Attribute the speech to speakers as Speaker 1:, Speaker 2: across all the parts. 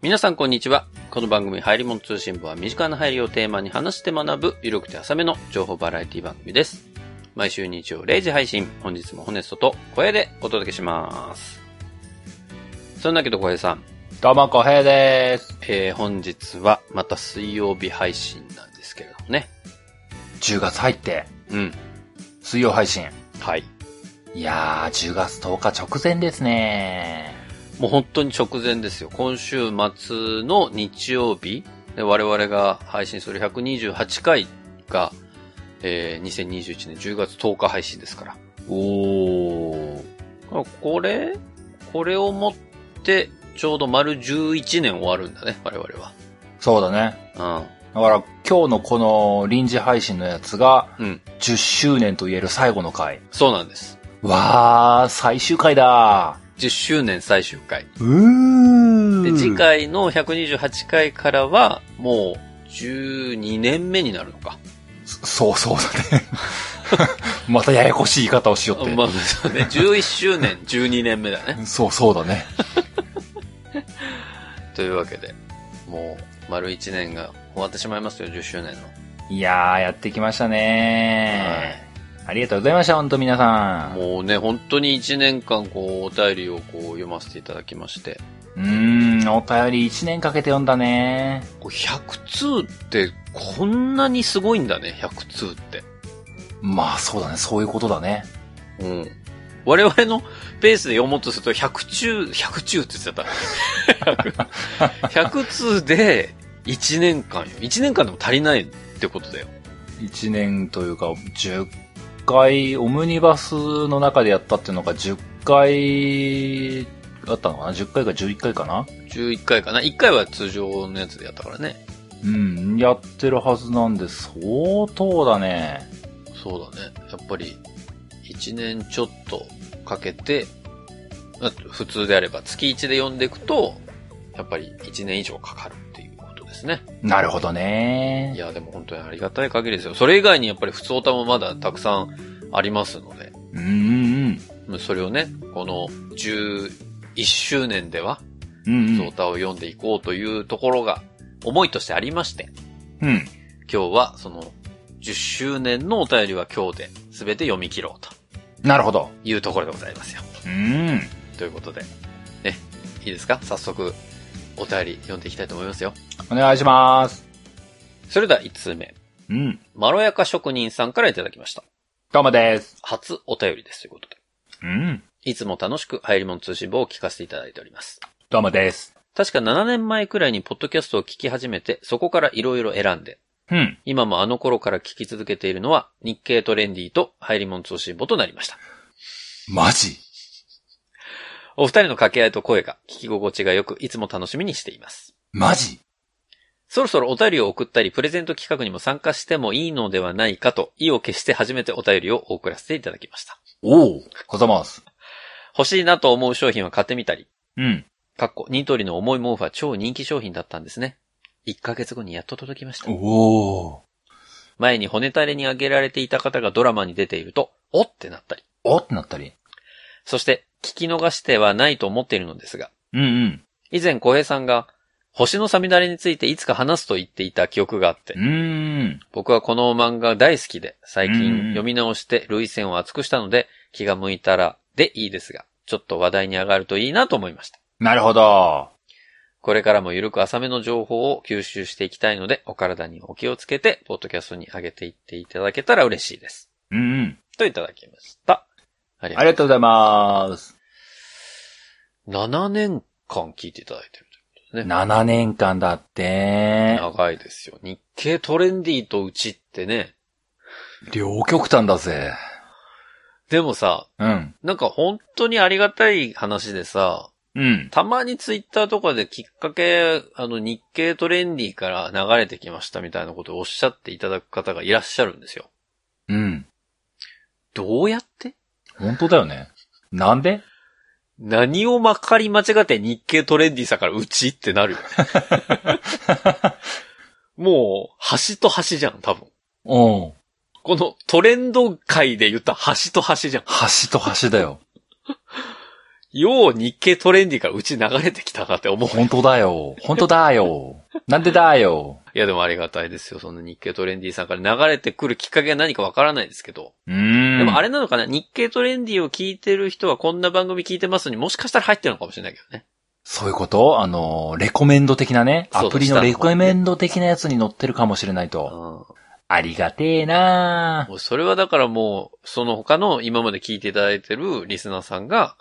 Speaker 1: 皆さんこんにちは。この番組、入り物通信部は身近な入りをテーマに話して学ぶ、ゆるくて浅めの情報バラエティ番組です。毎週日曜0時配信、本日もホネストと小屋でお届けします。そんなわけど小屋さん、
Speaker 2: どうも、こへいです。
Speaker 1: えー、本日はまた水曜日配信なんですけれどもね。
Speaker 2: 10月入って、
Speaker 1: うん。
Speaker 2: 水曜配信。
Speaker 1: はい。
Speaker 2: いやー、10月10日直前ですね。
Speaker 1: もう本当に直前ですよ。今週末の日曜日、で我々が配信する128回が、えー2021年10月10日配信ですから。
Speaker 2: おー。
Speaker 1: あこれこれをもって、ちょうど丸11年終わるんだね、我々
Speaker 2: そうだね。
Speaker 1: は。
Speaker 2: だから、今日のこの臨時配信のやつが、
Speaker 1: うん。うん。
Speaker 2: 10周年と言える最後の回。
Speaker 1: そうなんです。
Speaker 2: わー、最終回だ
Speaker 1: 10周年最終回。
Speaker 2: うー
Speaker 1: で、次。回の128回からは、もう、12年目になるのか。
Speaker 2: そそうそうだね。 またややこしい言い方をしよ
Speaker 1: あ
Speaker 2: って。
Speaker 1: まあ、そうね。11周年、12年目だね。
Speaker 2: そうそうだね。
Speaker 1: というわけで、もう、丸1年が終わってしまいますよ、10周年の。
Speaker 2: いやー、やってきましたねありがとうございました、ほんと皆さん。
Speaker 1: もうね、本当に1年間、こう、お便りをこう、読ませていただきまして。
Speaker 2: うーん、お便り1年かけて読んだね。
Speaker 1: これ100通ってこんなにすごいんだね、100通って。
Speaker 2: まあそうだね、そういうことだね。
Speaker 1: うん。我々のペースで読もうとすると100中、100中って言っちゃった。100, 100通で1年間よ。1年間でも足りないってことだよ。
Speaker 2: 1年というか、10回、オムニバスの中でやったっていうのが10回あったのかな ?10 回か11回かな
Speaker 1: 11回かな。1回は通常のやつでやったからね。
Speaker 2: うん、やってるはずなんで、相当だね。
Speaker 1: そうだね。やっぱり1年ちょっとかけて、あ普通であれば月1で読んでいくと、やっぱり1年以上かかるっていうことですね。
Speaker 2: なるほど
Speaker 1: い
Speaker 2: ね。
Speaker 1: や、でも本当にありがたい限りですよ。それ以外にやっぱり普通歌もまだたくさんありますので、
Speaker 2: うんうん
Speaker 1: もうそれをね、この11周年では、
Speaker 2: うん。う
Speaker 1: 普
Speaker 2: んう
Speaker 1: 通
Speaker 2: ん。
Speaker 1: 歌を読んでいこうというところが、思いとしてありまして、
Speaker 2: うん。
Speaker 1: 今日はその10周年のお便りは今日で全て読み切ろうと
Speaker 2: なるほど。
Speaker 1: いうところでございますよ。
Speaker 2: うん。
Speaker 1: ということで、ね、いいですか早速、お便り読んでいきたいと思いますよ。
Speaker 2: お願いします。
Speaker 1: それでは1通目、
Speaker 2: うん。
Speaker 1: まろやか職人さんからいただきました。
Speaker 2: どうもです。
Speaker 1: 初お便りですということで。
Speaker 2: うん。
Speaker 1: いつも楽しく入り物通信簿を聞かせていただいております。
Speaker 2: どうもです。
Speaker 1: 確か7年前くらいにポッドキャストを聞き始めて、そこからいろいろ選んで、
Speaker 2: うん。
Speaker 1: 今もあの頃から聞き続けているのは、日経トレンディと入り物通信簿となりました。
Speaker 2: マジ
Speaker 1: お二人の掛け合いと声が聞き心地が良く、いつも楽しみにしています。
Speaker 2: マジ
Speaker 1: そろそろお便りを送ったり、プレゼント企画にも参加してもいいのではないかと、意を決して初めてお便りをお送らせていただきました。
Speaker 2: おお。ございます。
Speaker 1: 欲しいなと思う商品は買ってみたり、
Speaker 2: うん。
Speaker 1: かっこ、ニトリの重い毛布は超人気商品だったんですね。1ヶ月後にやっと届きました。
Speaker 2: おお。
Speaker 1: 前に骨垂れに挙げられていた方がドラマに出ていると、おってなったり。
Speaker 2: おってなったり。
Speaker 1: そして、聞き逃してはないと思っているのですが、
Speaker 2: うんうん。
Speaker 1: 以前小平さんが、星のさみだれについていつか話すと言っていた記憶があって
Speaker 2: う、ーん。
Speaker 1: 僕はこの漫画大好きで、最
Speaker 2: うん
Speaker 1: 近
Speaker 2: うん
Speaker 1: 読み直して類線を厚くしたので、気が向いたらでいいですが、ちょっと話題に上がるといいなと思いました。
Speaker 2: なるほど。
Speaker 1: これからもゆるく浅めの情報を吸収していきたいので、お体にお気をつけて、ポッドキャストに上げていっていただけたら嬉しいです。
Speaker 2: うんうん。
Speaker 1: といただきました。あり
Speaker 2: あ
Speaker 1: が
Speaker 2: り
Speaker 1: と
Speaker 2: がとうございます。
Speaker 1: う。7年間聞いていただいてる。
Speaker 2: 7年間だって。
Speaker 1: 長いですよ。日経トレンディとうちってね。
Speaker 2: 両極端だぜ。
Speaker 1: でもさ、
Speaker 2: うん。
Speaker 1: なんか本当にありがたい話でさ、
Speaker 2: うん。
Speaker 1: たまにツイッターとかできっかけ、あの日経トレンディから流れてきましたみたいなことをおっしゃっていただく方がいらっしゃるんですよ。
Speaker 2: うん。
Speaker 1: どうやって
Speaker 2: 本当だよね。なんで
Speaker 1: 何をまかり間違って日経トレンディさんからうちってなるよね。もう、端と端じゃん、多分。
Speaker 2: うん。
Speaker 1: このトレンド界で言った端と端じゃん。
Speaker 2: 端と端だよ。
Speaker 1: よう日経トレンディがうち流れてきたなって思う。
Speaker 2: 本当だよ。本当だよ。なんでだよ。
Speaker 1: いやでもありがたいですよ。その日経トレンディさんから流れてくるきっかけが何かわからないですけど。
Speaker 2: うーん。
Speaker 1: でもあれなのかな日経トレンディを聞いてる人はこんな番組聞いてますにもしかしたら入ってるのかもしれないけどね。
Speaker 2: そういうことあの、レコメンド的なね。
Speaker 1: そう
Speaker 2: ア
Speaker 1: そう
Speaker 2: プリのレコメンド的なやつに載ってるかもしれないと。
Speaker 1: う。
Speaker 2: ありがてえなん
Speaker 1: もうそれはだからもう、その他の今まで聞いていただいてるリスナーさんが、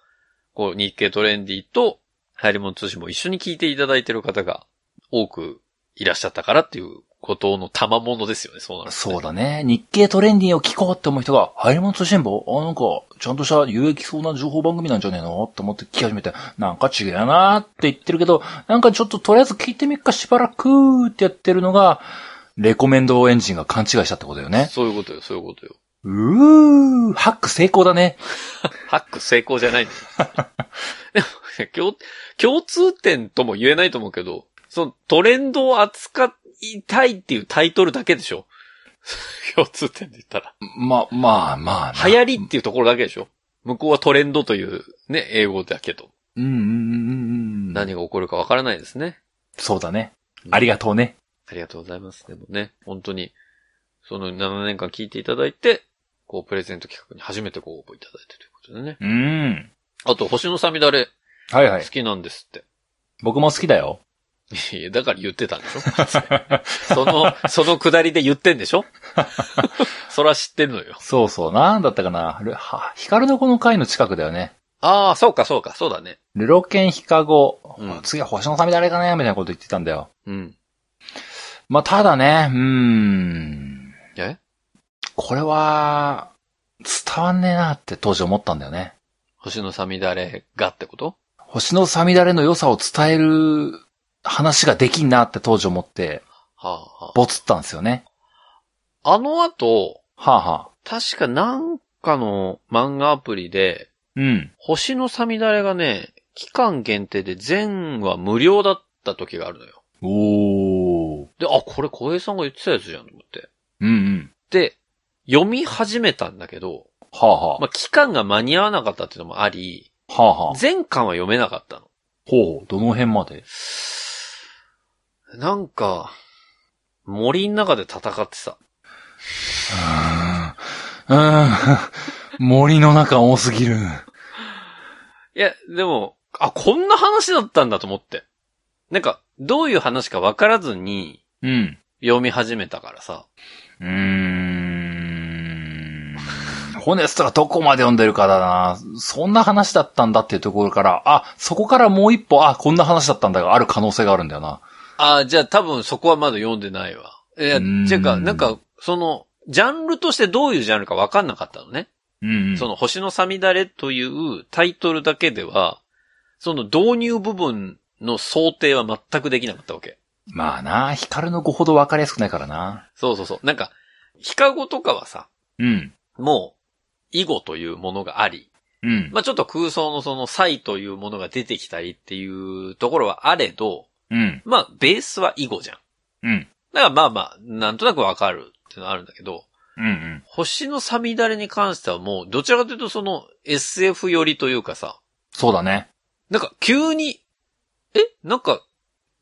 Speaker 1: こう日経トレンディと流行り物通信も一緒に聞いていただいてる方が多くいらっしゃったからっていうことの賜物ですよね、そうなるとね
Speaker 2: そうだね。日経トレンディを聞こうって思う人が、入り物通信簿あ、なんか、ちゃんとした有益そうな情報番組なんじゃねえのと思って聞き始めて、なんか違うなーって言ってるけど、なんかちょっととりあえず聞いてみっかしばらくーってやってるのが、レコメンドエンジンが勘違いしたってことだよね。
Speaker 1: そういうことよ、そういうことよ。
Speaker 2: うー、ハック成功だね。
Speaker 1: ハック成功じゃない んだよ。でも、共、共通点とも言えないと思うけど、そのトレンドを扱いたいっていうタイトルだけでしょ 共通点で言ったら。
Speaker 2: ま、まあまあな。
Speaker 1: 流行りっていうところだけでしょ向こうはトレンドというね、英語だけど。
Speaker 2: うんうんうんうんうん。
Speaker 1: 何が起こるかわからないですね。
Speaker 2: そうだね。ありがとうね。
Speaker 1: ありがとうございます。でもね、本当に、その7年間聞いていただいて、こう、プレゼント企画に初めてご応募いただいてということでね。
Speaker 2: うん。
Speaker 1: あと、星のさみだれ、
Speaker 2: はいは
Speaker 1: 好
Speaker 2: い。
Speaker 1: きなんですって。
Speaker 2: 僕も好きだよ。
Speaker 1: いや、だから言ってたんでしょ その、そのくだりで言ってんでしょ そら知ってんのよ。
Speaker 2: そうそう。なんだったかな。ルは光の子の会の近くだよね。
Speaker 1: ああ、そうか、そうか、そうだね。
Speaker 2: ルロケンヒカゴ、
Speaker 1: うん
Speaker 2: 次は星のサメ誰かねみたいなこと言ってたんだよ。
Speaker 1: うん。
Speaker 2: まあ、ただね、うーん。
Speaker 1: え
Speaker 2: これは、伝わんねえなって当時思ったんだよね。
Speaker 1: 星のさみだれがってこと
Speaker 2: 星のサミダレの良さを伝える話ができんなって当時思って、
Speaker 1: はあ、は
Speaker 2: ボツったんですよね。
Speaker 1: あ、あの後、
Speaker 2: はあ、はあ、
Speaker 1: 確かなんかの漫画アプリで、
Speaker 2: うん。
Speaker 1: 星のさみだれがね、期間限定で全話無料だった時があるのよ。
Speaker 2: おー。
Speaker 1: で、あ、これ小平さんが言ってたやつじゃんと思って。
Speaker 2: うんうん。
Speaker 1: で、読み始めたんだけど、
Speaker 2: はあ、はあ、
Speaker 1: まあ、期間が間に合わなかったっていうのもあり、
Speaker 2: はあ、はあ。
Speaker 1: 前巻は読めなかったの。
Speaker 2: ほう、どの辺まで
Speaker 1: なんか、森の中で戦ってた。
Speaker 2: うーん。 森の中多すぎる。
Speaker 1: いや、でも、あ、こんな話だったんだと思って。なんか、どういう話か分からずに
Speaker 2: うん。
Speaker 1: 読み始めたからさ。
Speaker 2: うーん。ホネストがどこまで読んでるかだな。そんな話だったんだっていうところから、あ、そこからもう一歩、あ、こんな話だったんだがある可能性があるんだよな。
Speaker 1: あ、じゃあ多分そこはまだ読んでないわ。いや、
Speaker 2: うーん
Speaker 1: てか、なんか、その、ジャンルとしてどういうジャンルか分かんなかったのね。
Speaker 2: うん、
Speaker 1: その、星のさみだれというタイトルだけでは、その導入部分の想定は全くできなかったわけ。
Speaker 2: まあな、ヒカルの語ほど分かりやすくないからな。
Speaker 1: そうそうそう。なんか、ヒカゴとかはさ、
Speaker 2: うん。
Speaker 1: もう、囲碁というものがあり、
Speaker 2: うん。
Speaker 1: まあちょっと空想のその才というものが出てきたりっていうところはあれど、
Speaker 2: うん。
Speaker 1: まあベースは囲碁じゃん。
Speaker 2: うん。
Speaker 1: だからまあまあ、なんとなくわかるっていうのはあるんだけど、
Speaker 2: うん。
Speaker 1: 星のさみだれに関してはもう、どちらかというとその SF 寄りというかさ、
Speaker 2: そうだね。
Speaker 1: なんか急に、えなんか、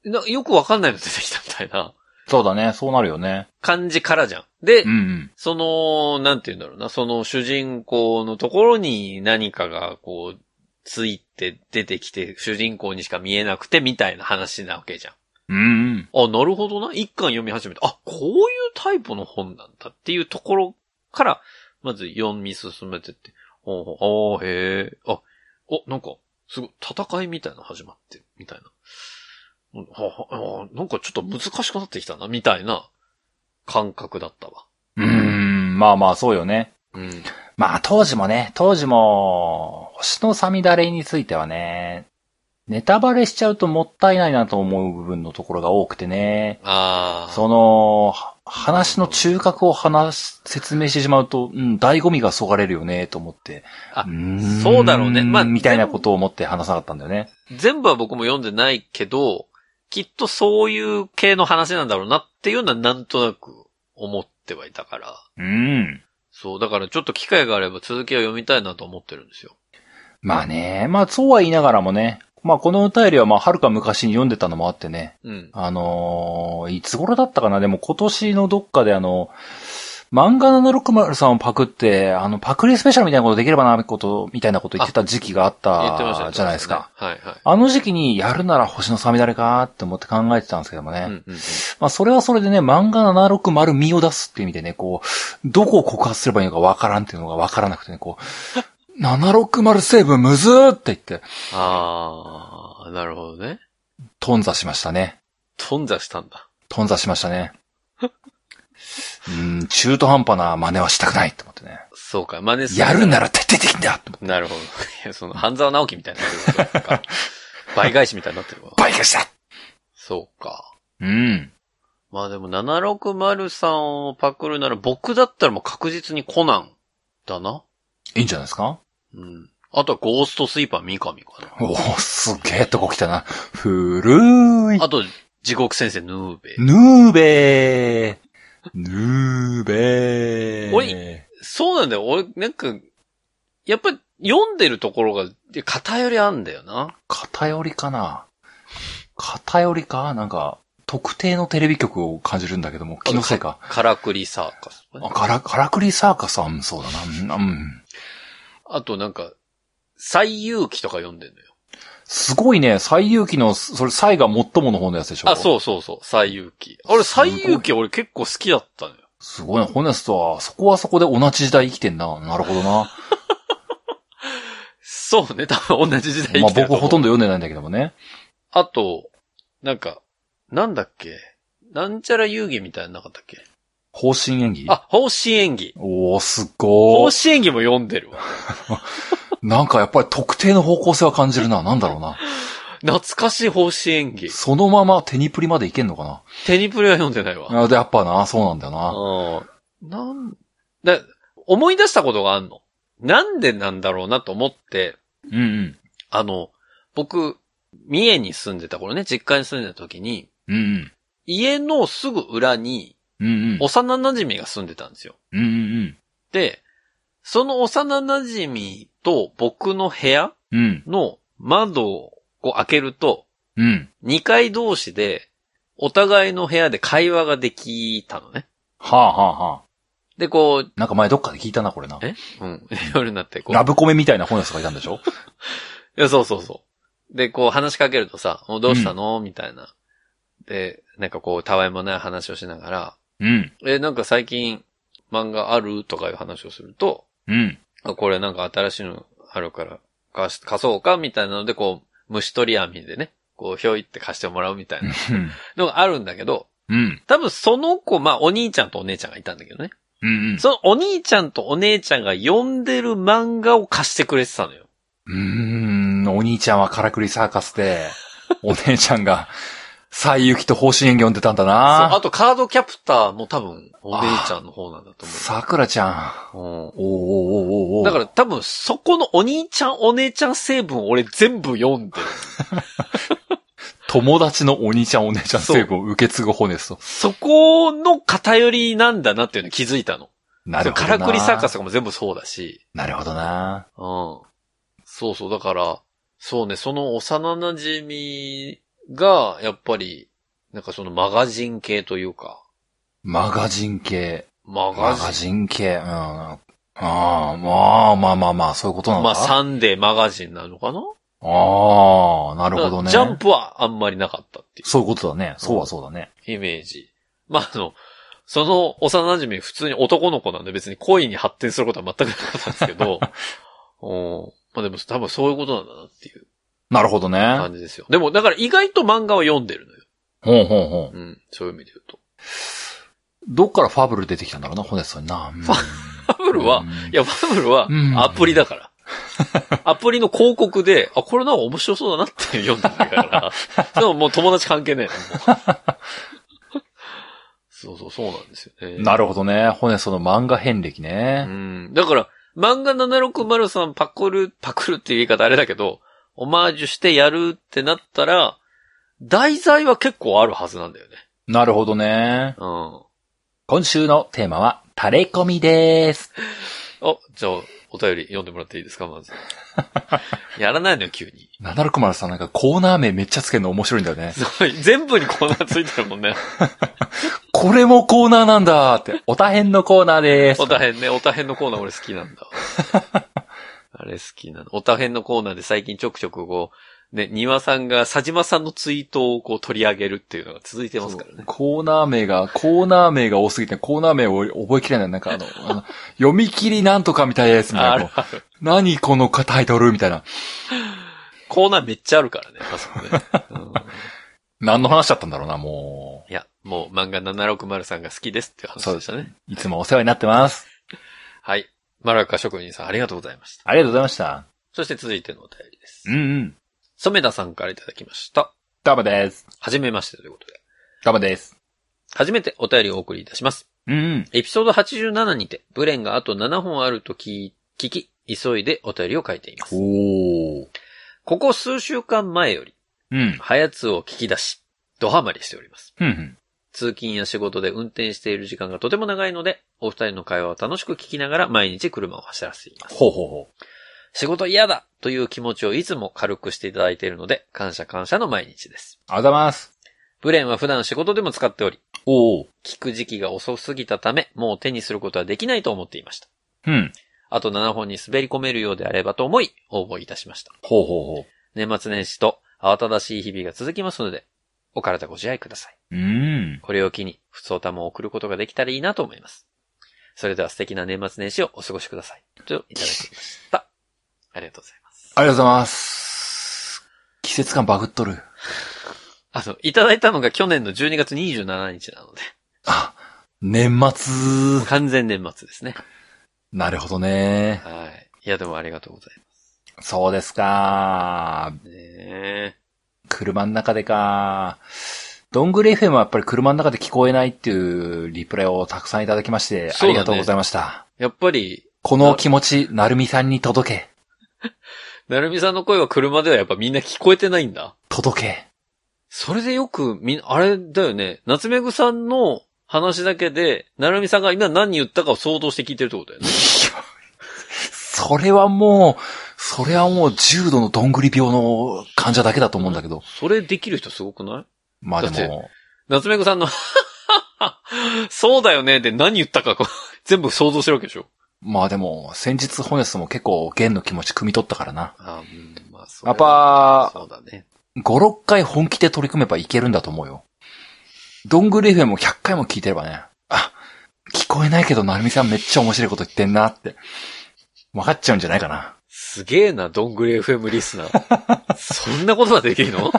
Speaker 1: なよくわかんないの出てきたみたいな
Speaker 2: そうだね。そうなるよね。
Speaker 1: 感じからじゃん。で、
Speaker 2: うんうん。
Speaker 1: その、なんて言うんだろうな、その主人公のところに何かがこう、ついて出てきて、主人公にしか見えなくてみたいな話なわけじゃん。
Speaker 2: うんうん。
Speaker 1: あ、なるほどな。一巻読み始めて、あ、こういうタイプの本なんだっていうところから、まず読み進めてって、ほうほう、あーへえ、あ、お、なんか、すごい、戦いみたいなの始まってる、みたいな。うんははあーなんかちょっと難しくなってきたな、みたいな感覚だったわ。
Speaker 2: うーん。まあまあ、そうよね。
Speaker 1: うん。
Speaker 2: まあ当時もね、当時も、星のさみだれについてはね、ネタバレしちゃうともったいないなと思う部分のところが多くてね、
Speaker 1: ああ。
Speaker 2: その、は話の中核を話し、説明してしまうと、うん、醍醐味がそがれるよね、と思って。
Speaker 1: あ
Speaker 2: ーん
Speaker 1: そうだろうねまあ
Speaker 2: みたいなことを思って話さなかったんだよね。
Speaker 1: 全部は僕も読んでないけど、きっとそういう系の話なんだろうなっていうのはなんとなく思ってはいたから。
Speaker 2: うん。
Speaker 1: そう、だからちょっと機会があれば続きを読みたいなと思ってるんですよ。
Speaker 2: まあね、まあそうは言いながらもね、まあこのお便りはまあはるか昔に読んでたのもあってね、
Speaker 1: うん。
Speaker 2: あのーいつ頃だったかなでも今年のどっかであの、漫画760さんをパクって、あの、パクリスペシャルみたいなことできればな、こと、みたいなこと言ってた時期があっ
Speaker 1: 言ってました
Speaker 2: た
Speaker 1: ね
Speaker 2: じゃないですか。。
Speaker 1: はいはい。
Speaker 2: あの時期にやるなら星のさみだれかって思って考えてたんですけどもね。
Speaker 1: うんうんうん。
Speaker 2: まあ、それはそれでね、漫画760身を出すっていう意味でね、こう、どこを告発すればいいのかわからんっていうのがわからなくてね、こう、760成分むずーって言って、
Speaker 1: あー、なるほどね。
Speaker 2: 頓挫しましたね。
Speaker 1: 頓挫したんだ。
Speaker 2: 頓挫しましたね。うん、中途半端な真似はしたくないと思ってね。
Speaker 1: そうか、真似す
Speaker 2: やるな
Speaker 1: ら。
Speaker 2: ら徹底的にだと思って、
Speaker 1: なるほど。いや、その、半沢直樹みたいになってること か。倍返しみたいになってるわ。
Speaker 2: 倍返しだ
Speaker 1: そうか。
Speaker 2: うん。
Speaker 1: まあでも、760 3をパクるなら、僕だったらもう確実にコナンだな。
Speaker 2: いいんじゃないですか
Speaker 1: うん。あとはゴーストスイーパー三上かな。
Speaker 2: おー、すげえとこ来たな。古い。
Speaker 1: あと、地獄先生ヌーベイ。
Speaker 2: ヌーベー。ヌーベー。
Speaker 1: おいそうなんだよ。俺、なんか、やっぱり読んでるところが、偏りあんだよな。
Speaker 2: 偏りかな偏りかなんか、特定のテレビ局を感じるんだけども、気のせいか。
Speaker 1: カラクリサーカスとかね、
Speaker 2: あ、カラ、カラクリサーカスは、うんそうだな。うんうん。
Speaker 1: あとなんか、最遊記とか読んでんのよ。
Speaker 2: すごいね、最遊記の、それ、最が最もの方のやつでしょ
Speaker 1: あ、そうそうそう、最遊記。俺、
Speaker 2: すごい
Speaker 1: 最遊記俺結構好きだったのよ。
Speaker 2: すごいな、ホネストは、そこはそこで同じ時代生きてんな。なるほどな。
Speaker 1: そうね、多分同じ時代
Speaker 2: ま
Speaker 1: 生
Speaker 2: あ
Speaker 1: きてると
Speaker 2: 僕
Speaker 1: 思う。
Speaker 2: ほとんど読んでないんだけどもね。
Speaker 1: あと、なんか、なんだっけなんちゃら遊戯みたいなのなかったっけ
Speaker 2: 方針演技
Speaker 1: あ、方針演技。
Speaker 2: おー、す
Speaker 1: 方
Speaker 2: ごい。
Speaker 1: 針演技も読んでるわ。
Speaker 2: なんかやっぱり特定の方向性は感じるな。なんだろう な。
Speaker 1: 懐かしい方針演技。
Speaker 2: そのまま手にプリまでいけんのか
Speaker 1: テニプレは読んでないわ。
Speaker 2: な。あで、やっぱな、そうなんだよな。
Speaker 1: うん。なん、だ、思い出したことがあんの。なんでなんだろうなと思って、
Speaker 2: うんうん。
Speaker 1: あの、僕、三重に住んでた頃ね、実家に住んでた時に、
Speaker 2: うんうん。
Speaker 1: 家のすぐ裏に、
Speaker 2: うんうん。
Speaker 1: 幼馴染が住んでたんですよ。
Speaker 2: うんうん
Speaker 1: で、その幼馴染と僕の部屋
Speaker 2: うん。うん。
Speaker 1: の窓をこう開けると、
Speaker 2: うん。
Speaker 1: 2階同士で、お互いの部屋で会話ができたのね。
Speaker 2: はあはあはあ。
Speaker 1: で、こう、
Speaker 2: なんか前どっかで聞いたな、これな。
Speaker 1: えうん、 夜になってこう
Speaker 2: ラ、ブコメみたいな本屋さんがいたんで しょ
Speaker 1: いや、そうそうそう。で、こう話しかけるとさ、もうどうしたの、みたいな。で、なんかこう、たわいもない話をしながら、
Speaker 2: うん。
Speaker 1: え、なんか最近漫画あるとかいう話をすると、
Speaker 2: うん。
Speaker 1: あこれなんか新しいのあるから貸し、貸そうかみたいなので、こう、虫取り網でね、こう、ひょいって貸してもらうみたいな
Speaker 2: うん。
Speaker 1: のがあるんだけど、
Speaker 2: うん。
Speaker 1: 多分その子、まあ、お兄ちゃんとお姉ちゃんがいたんだけどね。
Speaker 2: うん。
Speaker 1: そのお兄ちゃんとお姉ちゃんが読んでる漫画を貸してくれてたのよ。
Speaker 2: うん。お兄ちゃんはカラクリサーカスで、 お姉ちゃんが、最ゆきと方針演技読んでたんだ
Speaker 1: ああ
Speaker 2: な。
Speaker 1: と、カードキャプターも多分、お姉ちゃんの方なんだと
Speaker 2: 桜ちゃん。
Speaker 1: 思う。うん
Speaker 2: おーおーおーおー
Speaker 1: だから多分、そこのお兄ちゃん、お姉ちゃん成分を俺全部読んでる。
Speaker 2: 友達のお兄ちゃんお姉ちゃん成分を受け継ぐホネスト。
Speaker 1: そこの偏りなんだなっていうのに気づいたの。
Speaker 2: なるほど
Speaker 1: そう
Speaker 2: な。
Speaker 1: カラクリサーカスとかも全部そうだし。
Speaker 2: なるほどな。
Speaker 1: うん。そうそう、だから、そうね、その幼馴染が、やっぱり、なんかそのマガジン系というか、
Speaker 2: マガジン系。
Speaker 1: マガ
Speaker 2: マ
Speaker 1: ジン。
Speaker 2: ガジン系、うん。ああ、まあまあまあまあ、そういうことなのか。
Speaker 1: まあ、サンデーマガジンなのかな
Speaker 2: ああ、なるほどね。
Speaker 1: ジャンプはあんまりなかったってい
Speaker 2: そういうことだね。そうはそうだね。
Speaker 1: うイメージ。まあ、あの、その幼馴染普通に男の子なんで別に恋に発展することは全くなかったんですけ ど、うん。まあでも多分そういうことなんだなっていう
Speaker 2: なるほどね。
Speaker 1: 感じですよ。でも、だから意外と漫画は読んでるのよ。
Speaker 2: ほうほうほう。
Speaker 1: うん。そういう意味で言うと。
Speaker 2: どっからファブル出てきたんだろうな、ホネス トにな。ファ
Speaker 1: ファブルは、いや、ファブルは
Speaker 2: うん
Speaker 1: アプリだ から。アプリの広告で、あ、これなんか面白そうだなって読んだんだ から。でももう友達関係ねえな。もうそうそう、そうなんですよね。
Speaker 2: なるほどね。ホネストの漫画遍歴
Speaker 1: う
Speaker 2: ね。
Speaker 1: ん。だから、漫画760さんパクる、パクるっていう言い方あれだけど、オマージュしてやるってなったら、題材は結構あるはずなんだよね。
Speaker 2: なるほどね。
Speaker 1: うん。
Speaker 2: 今週のテーマは、タレコミです。
Speaker 1: あ、じゃあ、おお便り読んでもらっていいですか、ま ず。やらないのよ、急に。
Speaker 2: 760さんなんかコーナー名めっちゃつけるの面白いんだよね。
Speaker 1: そう全部にコーナーついてるもんね。
Speaker 2: これもコーナーなんだって。おたへんのコーナーでー す。
Speaker 1: おたへんね、おたへんのコーナー俺好きなんだ。 あれ好きなの。おたへんのコーナーで最近ちょくちょくこう、ね、庭さんが佐島さんのツイートをこう取り上げるっていうのが続いてますからね。
Speaker 2: コーナー名が、コーナー名が多すぎて、コーナー名を覚えきれない。なんかあ の、あの読み切りなんとかみたいですみた
Speaker 1: あ
Speaker 2: い
Speaker 1: る
Speaker 2: な。何このタイトルみたいな。
Speaker 1: コーナーめっちゃあるから ね、あそこね。うん
Speaker 2: 何の話だったんだろうな、も
Speaker 1: いや、もう漫画760さんが好きですっていう話でしたね。
Speaker 2: う。いつもお世話になってます。
Speaker 1: はい。マラカ職人さんありがとうございました。
Speaker 2: ありがとうございました。
Speaker 1: そして続いてのお便りです
Speaker 2: うん。うん。
Speaker 1: 染田さんからいただきました。
Speaker 2: ダメです。
Speaker 1: はじめましてということで。
Speaker 2: ダメです。
Speaker 1: 初めてお便りをお送りいたします。
Speaker 2: うんうん。
Speaker 1: エピソード87にて、ブレンがあと7本あると聞聞き、急いでお便りを書いています。
Speaker 2: おー。
Speaker 1: ここ数週間前より、
Speaker 2: うん。
Speaker 1: ハヤツを聞き出し、ドハマりしております。
Speaker 2: うんうん。
Speaker 1: 通勤や仕事で運転している時間がとても長いので、お二人の会話を楽しく聞きながら毎日車を走らせています。
Speaker 2: ほうほうほ
Speaker 1: 仕事嫌だという気持ちをいつも軽くしていただいているので、感謝感謝の毎日です。
Speaker 2: う。ありがとうございます。
Speaker 1: ブレンは普段仕事でも使っており、
Speaker 2: おー。
Speaker 1: 聞く時期が遅すぎたため、もう手にすることはできないと思っていました。
Speaker 2: うん。
Speaker 1: あと7本に滑り込めるようであればと思い、応募いたしました。
Speaker 2: ほうほうほ
Speaker 1: 年末年始と慌ただしい日々が続きますので、お体ご自愛ください。
Speaker 2: う。うん。
Speaker 1: これを機に、普通歌も送ることができたらいいなと思います。それでは素敵な年末年始をお過ごしください。といただきました。ありがとうございます。
Speaker 2: ありがとうございます。季節感バグっとる。
Speaker 1: あの、いただいたのが去年の12月27日なので、
Speaker 2: あ、年末。
Speaker 1: 完全年末ですね。
Speaker 2: なるほどね。
Speaker 1: はい。いや、でもありがとうございま
Speaker 2: そうですか。
Speaker 1: すね。
Speaker 2: 車の中でか。どんぐり FM はやっぱり車の中で聞こえないっていうリプレイをたくさんいただきまして、あ
Speaker 1: そうだね
Speaker 2: りがとうございました。
Speaker 1: やっぱり、
Speaker 2: この気持ち、なるみさんに届け。
Speaker 1: なるみさんの声は車ではやっぱみんな聞こえてないんだ。
Speaker 2: 届け。
Speaker 1: それでよくみん、あれだよね。夏目ぐさんの話だけで、なるみさんが今何言ったかを想像して聞いてるってことだよね。
Speaker 2: それはもう、それはもう重度のどんぐり病の患者だけだと思うんだけど。
Speaker 1: それできる人すごくない
Speaker 2: まあで
Speaker 1: だっ
Speaker 2: も、
Speaker 1: 夏目ぐさんの、 そうだよねで何言ったかこう全部想像してるわけでしょ。
Speaker 2: まあでも、先日ホネストも結構弦の気持ち汲み取ったからな。
Speaker 1: あうん、まあそ
Speaker 2: やっぱ、
Speaker 1: そうだね。
Speaker 2: 5、6回本気で取り組めばいけるんだと思うよ。どんぐり FM を100回も聞いてればね、あ、聞こえないけど、なるみさんめっちゃ面白いこと言ってんなって、分かっちゃうんじゃないかな。
Speaker 1: すげえな、どんぐり FM リスナー。そんなことができる の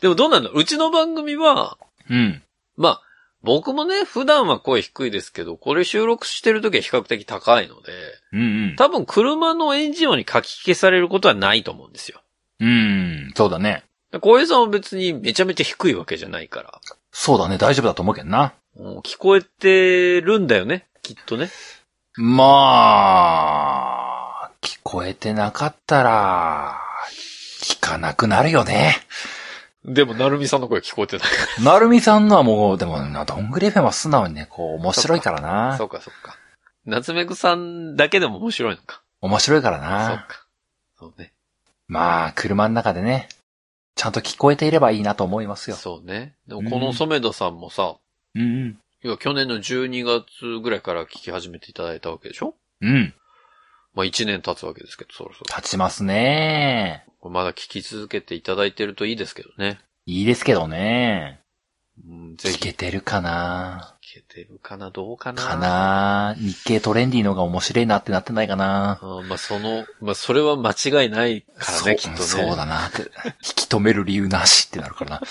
Speaker 1: でもどうなんだうちの番組は、
Speaker 2: うん。
Speaker 1: まあ、僕もね、普段は声低いですけど、これ収録してる時は比較的高いので、
Speaker 2: うんうん。
Speaker 1: 多分車のエンジン音に書き消されることはないと思うんですよ。
Speaker 2: うん、そうだね。
Speaker 1: 小平さんは別にめちゃめちゃ低いわけじゃないから、
Speaker 2: そうだね、大丈夫だと思うけどな。
Speaker 1: うん聞こえてるんだよね、きっとね。
Speaker 2: まあ、聞こえてなかったら、聞かなくなるよね。
Speaker 1: でも、なるみさんの声聞こえてないか
Speaker 2: なるみさんのはもう、でもな、どんぐり FM は素直にね、こう、面白いから
Speaker 1: ら。
Speaker 2: な
Speaker 1: そ。うか、そうか。夏目くさんだけでも面白いのか。
Speaker 2: 面白いから
Speaker 1: そ
Speaker 2: な。
Speaker 1: うか。そうね。
Speaker 2: まあ、車の中でね、ちゃんと聞こえていればいいなと思いますよ。
Speaker 1: そうね。でもこの染田さんもさ、
Speaker 2: うん
Speaker 1: 要は去年の12月ぐらいから聞き始めていただいたわけでしょ
Speaker 2: うん。うん。
Speaker 1: まあ1年経つわけですけど、そろそろ
Speaker 2: 立ちますね。。
Speaker 1: これまだ聞き続けていただいてるといいですけどね。
Speaker 2: いいですけどね。
Speaker 1: うん、ぜひ
Speaker 2: 聞けてるかな
Speaker 1: 聞けてるかなどうかな
Speaker 2: かな日経トレンディーのが面白いなってなってないかな
Speaker 1: うんまあその、まあそれは間違いないから
Speaker 2: そう
Speaker 1: ね、きっとね。
Speaker 2: そうだなって。引き止める理由なしってなるからな。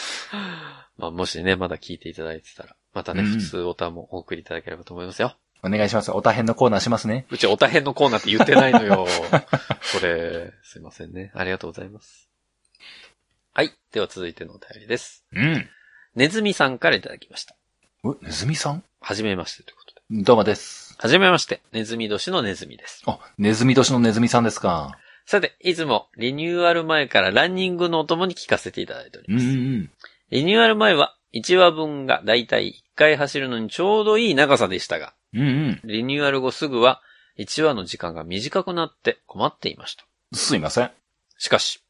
Speaker 1: まあもしね、まだ聞いていただいてたら、またね、
Speaker 2: うん
Speaker 1: 普通おたもお送りいただければと思いますよ。
Speaker 2: お願いします。お大変のコーナーしますね。
Speaker 1: うちお大変のコーナーって言ってないの よ。これ、すいませんね。ありがとうございます。はい。では続いてのお便りです。
Speaker 2: うん。
Speaker 1: ネズミさんからいただきました。
Speaker 2: え、ネズミさん
Speaker 1: はじめましてということで。
Speaker 2: どうもです。
Speaker 1: はじめまして。ネズミ年のネズミです。
Speaker 2: あ、ネズミ年のネズミさんですか。
Speaker 1: さて、いつもリニューアル前からランニングのお供に聞かせていただいており
Speaker 2: うん
Speaker 1: ま
Speaker 2: う
Speaker 1: す。
Speaker 2: ん
Speaker 1: リニューアル前は1話分がだいたい1回走るのにちょうどいい長さでしたが、
Speaker 2: うん。うんうん。
Speaker 1: リニューアル後すぐは、 1話の時間が短くなって困っていました。
Speaker 2: すいません。
Speaker 1: しかし、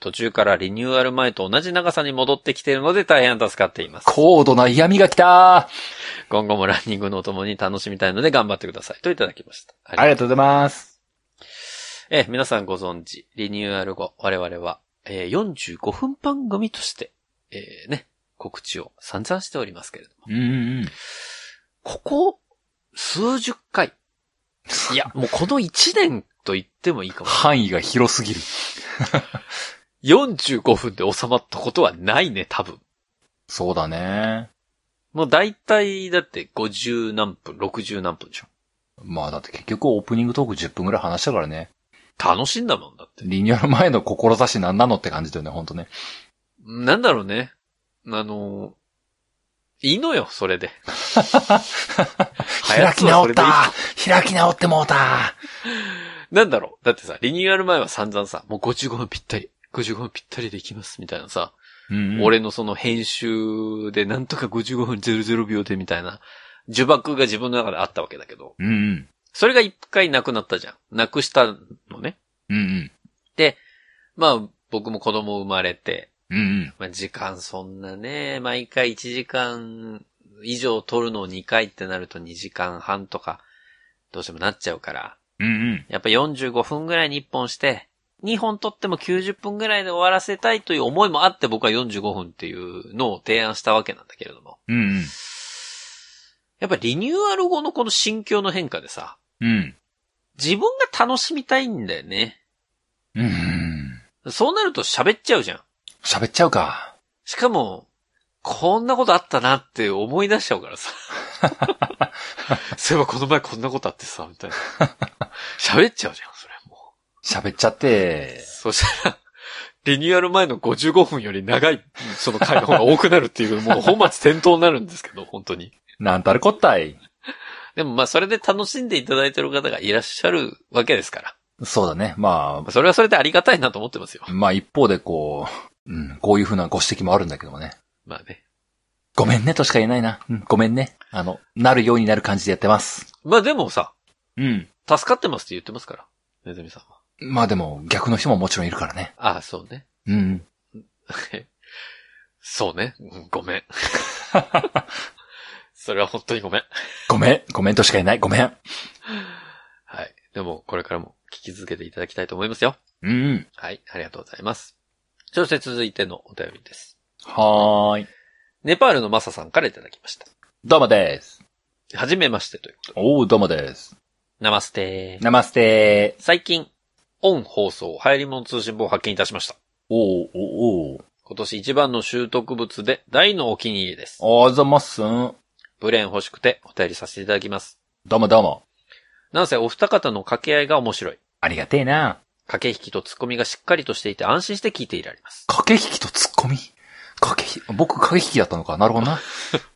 Speaker 1: 途中からリニューアル前と同じ長さに戻ってきているので大変助かっています。
Speaker 2: 高度な嫌味が来た
Speaker 1: 今後もランニングのお供に楽しみたいので頑張ってください。といただきました。
Speaker 2: ありがとうございます。
Speaker 1: えー皆さんご存知、リニューアル後、我々は、えー45分番組として、えーね、告知を散々しておりますけれども、
Speaker 2: うんうん。
Speaker 1: ここ、数十回。いや、もうこの1年と言ってもいいかも。
Speaker 2: 範囲が広すぎる。
Speaker 1: 45分で収まったことはないね、多分。
Speaker 2: そうだね。
Speaker 1: もう大体、だって50何分、60何分でしょ。
Speaker 2: まあだって結局オープニングトーク10分ぐらい話したからね。
Speaker 1: 楽しんだもんだって。
Speaker 2: リニューアル前の志なんなのって感じだよね、ほんとね。
Speaker 1: なんだろうね。あのーいいのよ、それで。
Speaker 2: 開き直った開き直ってもうた
Speaker 1: なんだろうだってさ、リニューアル前は散々さ、もう55分ぴったり、55分ぴったりでいきます、みたいなさ、
Speaker 2: うんうん
Speaker 1: 俺のその編集でなんとか55分00秒でみたいな、呪縛が自分の中であったわけだけど、
Speaker 2: うんうん。
Speaker 1: それが一回なくなったじゃん。なくしたのね。
Speaker 2: うんうん。
Speaker 1: まあ、僕も子供生まれて、
Speaker 2: うんうん。
Speaker 1: まあ、時間そんなね、毎回1時間以上取るのを2回ってなると2時間半とか、どうしてもなっちゃうから、
Speaker 2: うんうん。
Speaker 1: やっぱ45分ぐらいに1本して、2本取っても90分ぐらいで終わらせたいという思いもあって僕は45分っていうのを提案したわけなんだけれども。
Speaker 2: うんうん。
Speaker 1: やっぱリニューアル後のこの心境の変化でさ、
Speaker 2: うん。
Speaker 1: 自分が楽しみたいんだよね。
Speaker 2: うんうん。
Speaker 1: そうなると喋っちゃうじゃん。
Speaker 2: 喋っちゃうか。
Speaker 1: しかも、こんなことあったなって思い出しちゃうからさ。そういえばこの前こんなことあってさ、みたいな。喋っちゃうじゃん、それもう。
Speaker 2: 喋っちゃって、
Speaker 1: そしたら、リニューアル前の55分より長い、その回の方が多くなるっていう、もう本末転倒になるんですけど、本当に。
Speaker 2: なんたるこったい。
Speaker 1: でもまあそれで楽しんでいただいてる方がいらっしゃるわけですから。
Speaker 2: そうだね。ま
Speaker 1: まあそれはそれでありがたいなと思ってますよ
Speaker 2: あ、。まあ一方でこう、うん、こういうふうなご指摘もあるんだけどもね。
Speaker 1: まあね。
Speaker 2: ごめんねとしか言えないな。うん、ごめんね。あの、なるようになる感じでやってます。
Speaker 1: まあでもさ、
Speaker 2: うん。
Speaker 1: 助かってますって言ってますから。ネズミさんは。
Speaker 2: まあでも、逆の人ももちろんいるからね。
Speaker 1: ああ、そうね。
Speaker 2: うん。
Speaker 1: そうね。うんごめん。それは本当にごめん。
Speaker 2: ごめん、ごめんとしか言えない。ごめん。
Speaker 1: はい。でも、これからも聞き続けていただきたいと思いますよ。
Speaker 2: うん。
Speaker 1: はい。ありがとうございます。そして続いてのお便りです。
Speaker 2: はーい。
Speaker 1: ネパールのマサさんからいただきました。
Speaker 2: どうもです。
Speaker 1: はじめましてということで。
Speaker 2: おう、どうもです。
Speaker 1: ナマステー。
Speaker 2: ナマステ
Speaker 1: 最近、オン放送、流行り物通信簿を発見いたしました。
Speaker 2: おう、おう、おう。
Speaker 1: 今年一番の習得物で大のお気に入りです。
Speaker 2: おーざますん。
Speaker 1: ブレーン欲しくてお便りさせていただきます。
Speaker 2: どうもどうも。
Speaker 1: なんせお二方の掛け合いが面白い。
Speaker 2: ありがてえな。
Speaker 1: 駆け引きとツッコミがしっかりとしていて安心して聞いていられます。
Speaker 2: 駆け引きとツッコミ。駆け引き、僕駆け引きだったのか。なるほどな。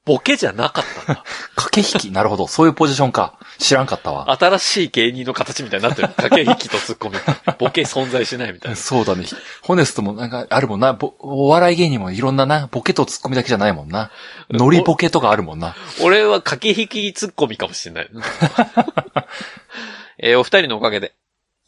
Speaker 1: ボケじゃなかったんだ。
Speaker 2: 駆け 引き、なるほど。そういうポジションか。知らんかったわ。
Speaker 1: 新しい芸人の形みたいになってる。駆け引きとツッコミ。ボケ存在しないみたいな。
Speaker 2: そうだね。ホネストもなんかあるもんな。ぼお笑い芸人もいろんなな、ボケとツッコミだけじゃないもんな。ノリボケとかあるもんな。
Speaker 1: 俺は駆け引きツッコミかもしれ ない。えーお二人のおかげで、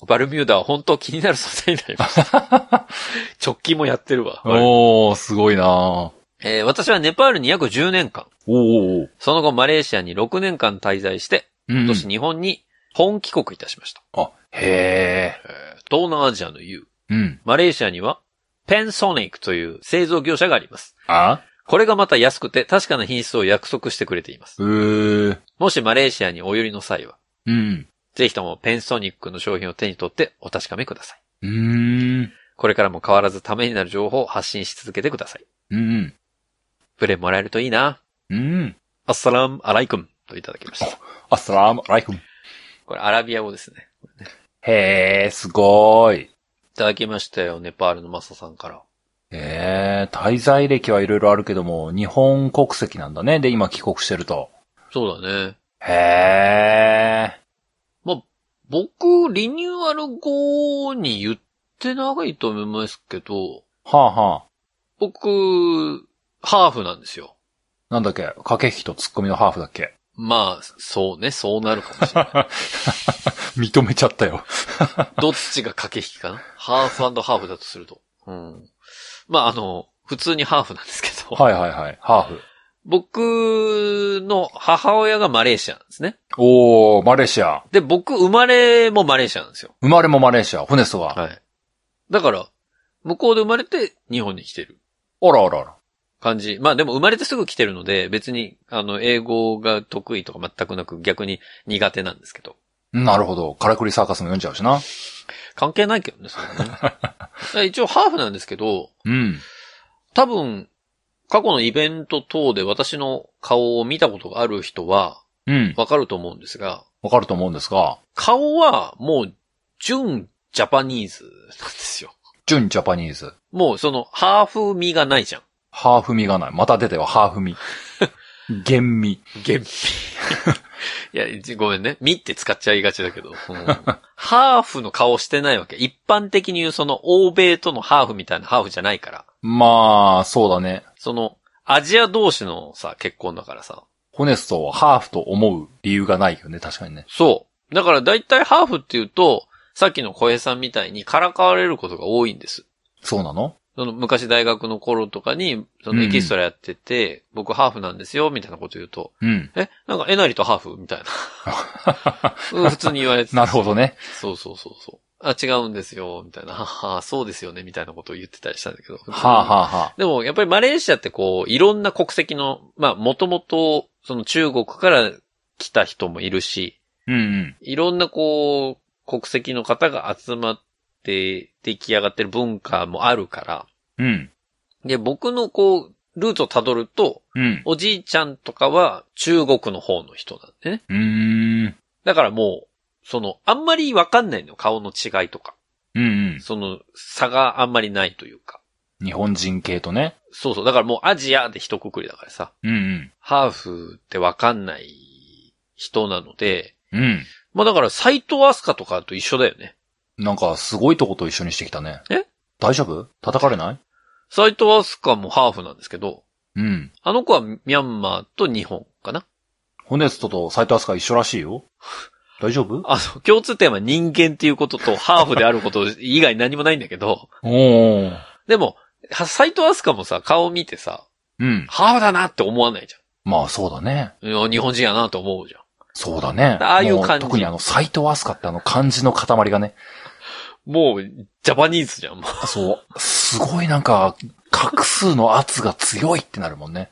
Speaker 1: バルミューダは本当気になる存在になりました。 直近もやってるわ。
Speaker 2: おー、すごいなお
Speaker 1: えー私はネパールに約10年間、
Speaker 2: ーおー
Speaker 1: その後マレーシアに6年間滞在して、
Speaker 2: うん
Speaker 1: 今年日本に本帰国いたしました。
Speaker 2: あ、へえ。
Speaker 1: えー東南アジアの優、
Speaker 2: うん。
Speaker 1: マレーシアには、ペンソニックという製造業者があります。
Speaker 2: あ
Speaker 1: これがまた安くて確かな品質を約束してくれています。
Speaker 2: うー。
Speaker 1: もしマレーシアにお寄りの際は、
Speaker 2: うん。
Speaker 1: ぜひともペンソニックの商品を手に取ってお確かめください。
Speaker 2: うーん。
Speaker 1: これからも変わらずためになる情報を発信し続けてください。
Speaker 2: うん。
Speaker 1: ブレもらえるといいな。
Speaker 2: うん。
Speaker 1: アッサラムアライクムといただきました。
Speaker 2: アッサラームアライクム。
Speaker 1: これアラビア語ですね。
Speaker 2: へえ、すごーい。
Speaker 1: いただきましたよ、ネパールのマサさんから。
Speaker 2: ええ、滞在歴はいろいろあるけども、日本国籍なんだね。で、今帰国してると。
Speaker 1: そうだね。
Speaker 2: へえ。
Speaker 1: まあ、僕、リニューアル後に言ってないと思いますけど、
Speaker 2: はあはあ。
Speaker 1: 僕、ハーフなんですよ。
Speaker 2: なんだっけ駆け引きとツッコミのハーフだっけ
Speaker 1: まあ、そうね、そうなるかもしれない。
Speaker 2: 認めちゃったよ。
Speaker 1: どっちが駆け引きかなハーフハーフだとすると。うん。まあ、あの、普通にハーフなんですけど。
Speaker 2: はいはいはい。ハーフ。
Speaker 1: 僕の母親がマレーシアなんですね。
Speaker 2: おー、マレーシア。
Speaker 1: で、僕生まれもマレーシアなんですよ。
Speaker 2: 生まれもマレーシア。ホネストは。
Speaker 1: はい。だから、向こうで生まれて日本に来てる
Speaker 2: あらあらあら。
Speaker 1: 感じ。まあでも生まれてすぐ来てるので、別に、あの、英語が得意とか全くなく逆に苦手なんですけど。
Speaker 2: なるほど。カラクリサーカスも読んじゃうしな。
Speaker 1: 関係ないけどね、それはね。だから一応ハーフなんですけど、
Speaker 2: うん。
Speaker 1: 多分、過去のイベント等で私の顔を見たことがある人は、
Speaker 2: うん。
Speaker 1: わかると思うんですが、
Speaker 2: わかると思うんですが、
Speaker 1: 顔はもう、純ジャパニーズなんですよ。
Speaker 2: 純ジャパニーズ。
Speaker 1: もうその、ハーフ味がないじゃん。
Speaker 2: ハーフ味がない。また出てよ、ハーフ 味。厳味。
Speaker 1: 厳密。いや、じごめんね。みって使っちゃいがちだけど。うんハーフの顔してないわけ。一般的に言うその欧米とのハーフみたいなハーフじゃないから。
Speaker 2: まあ、そうだね。
Speaker 1: その、アジア同士のさ、結婚だからさ。
Speaker 2: ホネストをハーフと思う理由がないよね、確かにね。
Speaker 1: そう。だから大体ハーフって言うと、さっきの小平さんみたいにからかわれることが多いんです。
Speaker 2: そうなの
Speaker 1: その昔大学の頃とかに、そのエキストラやってて、僕ハーフなんですよ、みたいなこと言うと、
Speaker 2: うん。
Speaker 1: え、なんかえなりとハーフみたい な。うん普通に言われてた
Speaker 2: なるほどね。
Speaker 1: そうそうそうそう。あ、違うんですよ、みたいな。ははそうですよね、みたいなことを言ってたりしたんだけど。
Speaker 2: はあ、はあはあ、
Speaker 1: でも、やっぱりマレーシアってこう、いろんな国籍の、まあ、もともと、その中国から来た人もいるし、
Speaker 2: うんうん。
Speaker 1: いろんなこう、国籍の方が集まって出来上がってる文化もあるから、
Speaker 2: うん。
Speaker 1: で、僕のこう、ルーツをたどると、
Speaker 2: うん。
Speaker 1: おじいちゃんとかは中国の方の人なんでね。
Speaker 2: うーん。
Speaker 1: だからもう、その、あんまりわかんないのよ、顔の違いとか。
Speaker 2: うんうん。
Speaker 1: その差があんまりないというか。
Speaker 2: 日本人系とね。
Speaker 1: そうそう。だからもうアジアで一括りだからさ、
Speaker 2: うん
Speaker 1: ハーフってわかんない人なので、
Speaker 2: うん。うん。
Speaker 1: まあだから斎藤飛鳥とかと一緒だよね。
Speaker 2: なんか、すごいとこと一緒にしてきたね。
Speaker 1: え
Speaker 2: 大丈夫叩かれない
Speaker 1: 斎藤飛鳥もハーフなんですけど、
Speaker 2: うん。
Speaker 1: あの子はミャンマーと日本かな。
Speaker 2: ホネストと斎藤飛鳥一緒らしいよ。大丈夫
Speaker 1: あの、共通点は人間っていうこととハーフであること以外何もないんだけど、
Speaker 2: おー。
Speaker 1: でも、は斎藤飛鳥もさ、顔見てさ、
Speaker 2: うん。
Speaker 1: ハーフだなって思わないじ
Speaker 2: まあ、そうだね。
Speaker 1: ゃんいや。日本人やなと思うじゃん。
Speaker 2: そうだね。
Speaker 1: ああいう
Speaker 2: も
Speaker 1: 感じ
Speaker 2: 特にあの、斎藤飛鳥ってあの漢字の塊がね。
Speaker 1: もう、ジャパニーズじゃん、もう
Speaker 2: そう。すごいなんか、画数の圧が強いってなるもんね。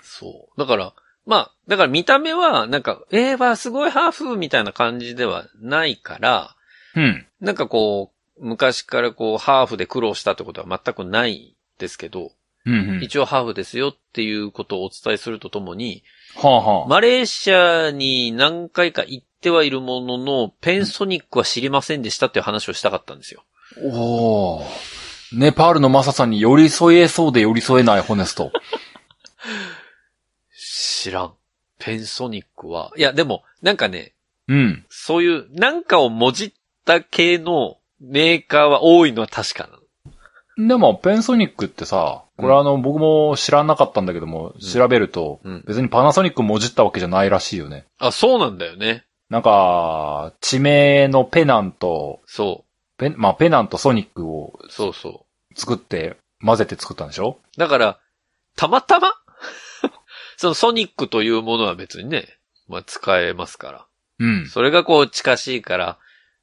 Speaker 1: そう。だから、まあ、だから見た目は、なんか、えー、わあ、すごいハーフみたいな感じではないから、
Speaker 2: うん。
Speaker 1: なんかこう、昔からこう、ハーフで苦労したってことは全くないですけど、
Speaker 2: うんうん。
Speaker 1: 一応ハーフですよっていうことをお伝えするとともに、
Speaker 2: はあはあ。
Speaker 1: マレーシアに何回か行ってはいるものの、ペンソニックは知りませんでしたっていう話をしたかったんですよ。
Speaker 2: おー。ネパールのマサさんに寄り添えそうで寄り添えないホネスト。
Speaker 1: 知らん。ペンソニックは、いや、でも、なんかね、
Speaker 2: うん。
Speaker 1: そういう、なんかをもじった系のメーカーは多いのは確かなの。
Speaker 2: でも、ペンソニックってさ、これあの、僕も知らなかったんだけども、調べると、
Speaker 1: うん。
Speaker 2: 別にパナソニックもじったわけじゃないらしいよね。
Speaker 1: あ、そうなんだよね。
Speaker 2: なんか、地名のペナンと、
Speaker 1: そ
Speaker 2: ペン、まあ、ペナンとソニックを
Speaker 1: う。そうそ
Speaker 2: 作って、混ぜて作ったんでしょ
Speaker 1: う。だから、たまたま そのソニックというものは別にね、まあ使えますから。
Speaker 2: うん。
Speaker 1: それがこう近しいから、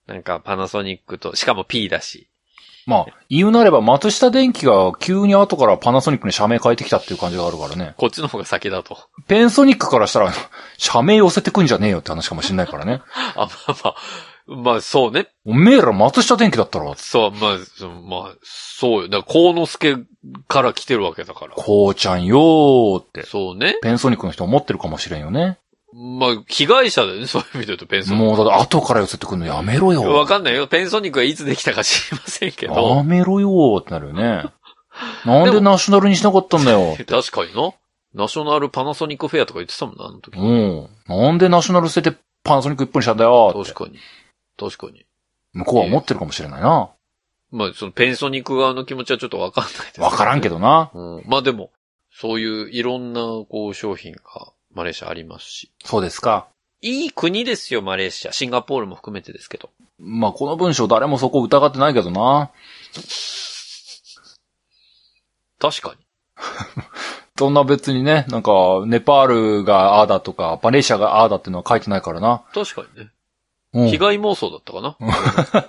Speaker 1: なんかパナソニックと、しかも P だし。
Speaker 2: まあ、言うなれば、松下電器が急に後からパナソニックに社名変えてきたっていう感じがあるからね。
Speaker 1: こっちの方が先だと。
Speaker 2: ペンソニックからした ら、社名寄せてくんじゃねえよって話かもしんないからね。
Speaker 1: あ、まあまあ、まあそうね。
Speaker 2: おめえら松下電器だったろ。
Speaker 1: そう、まあ、そのまあ、そうよ。だから、幸之助から来てるわけだから。
Speaker 2: こうちゃんよーって。
Speaker 1: そうね。
Speaker 2: ペンソニックの人思ってるかもしれんよね。
Speaker 1: まあ、被害者だよね、 そういう意味で言うと、ペンソニッ
Speaker 2: もうだって後から寄せてくんのやめろよ。
Speaker 1: ク。わかんないよ。ペンソニックがいつできたか知りませんけ
Speaker 2: や
Speaker 1: ど。
Speaker 2: めろよーってなる よね。なんでナショナルにしなかったんだよ。
Speaker 1: 確かにな。ナショナルパナソニックフェアとか言ってたもんな、あの時。
Speaker 2: うん。なんでナショナル捨ててパナソニック一本にしたんだよって
Speaker 1: 確。かに。確かに。
Speaker 2: 向こうは思ってるかもしれないな。
Speaker 1: まあ、そのペンソニック側の気持ちはちょっとわかんないです、
Speaker 2: わからんけ
Speaker 1: ど。
Speaker 2: どな。
Speaker 1: うん、まあでも、そういういろんな、こう、商品が、マレーシアありますし。
Speaker 2: そうですか。
Speaker 1: いい国ですよ、マレーシア。シンガポールも含めてですけど。
Speaker 2: まあ、この文章誰もそこ疑ってないけどな。
Speaker 1: 確かに。
Speaker 2: そんな別にね、なんか、ネパールがああだとか、マレーシアがああだっていうのは書いてないからな。
Speaker 1: 確かにね。
Speaker 2: うん
Speaker 1: 被害妄想だったかな。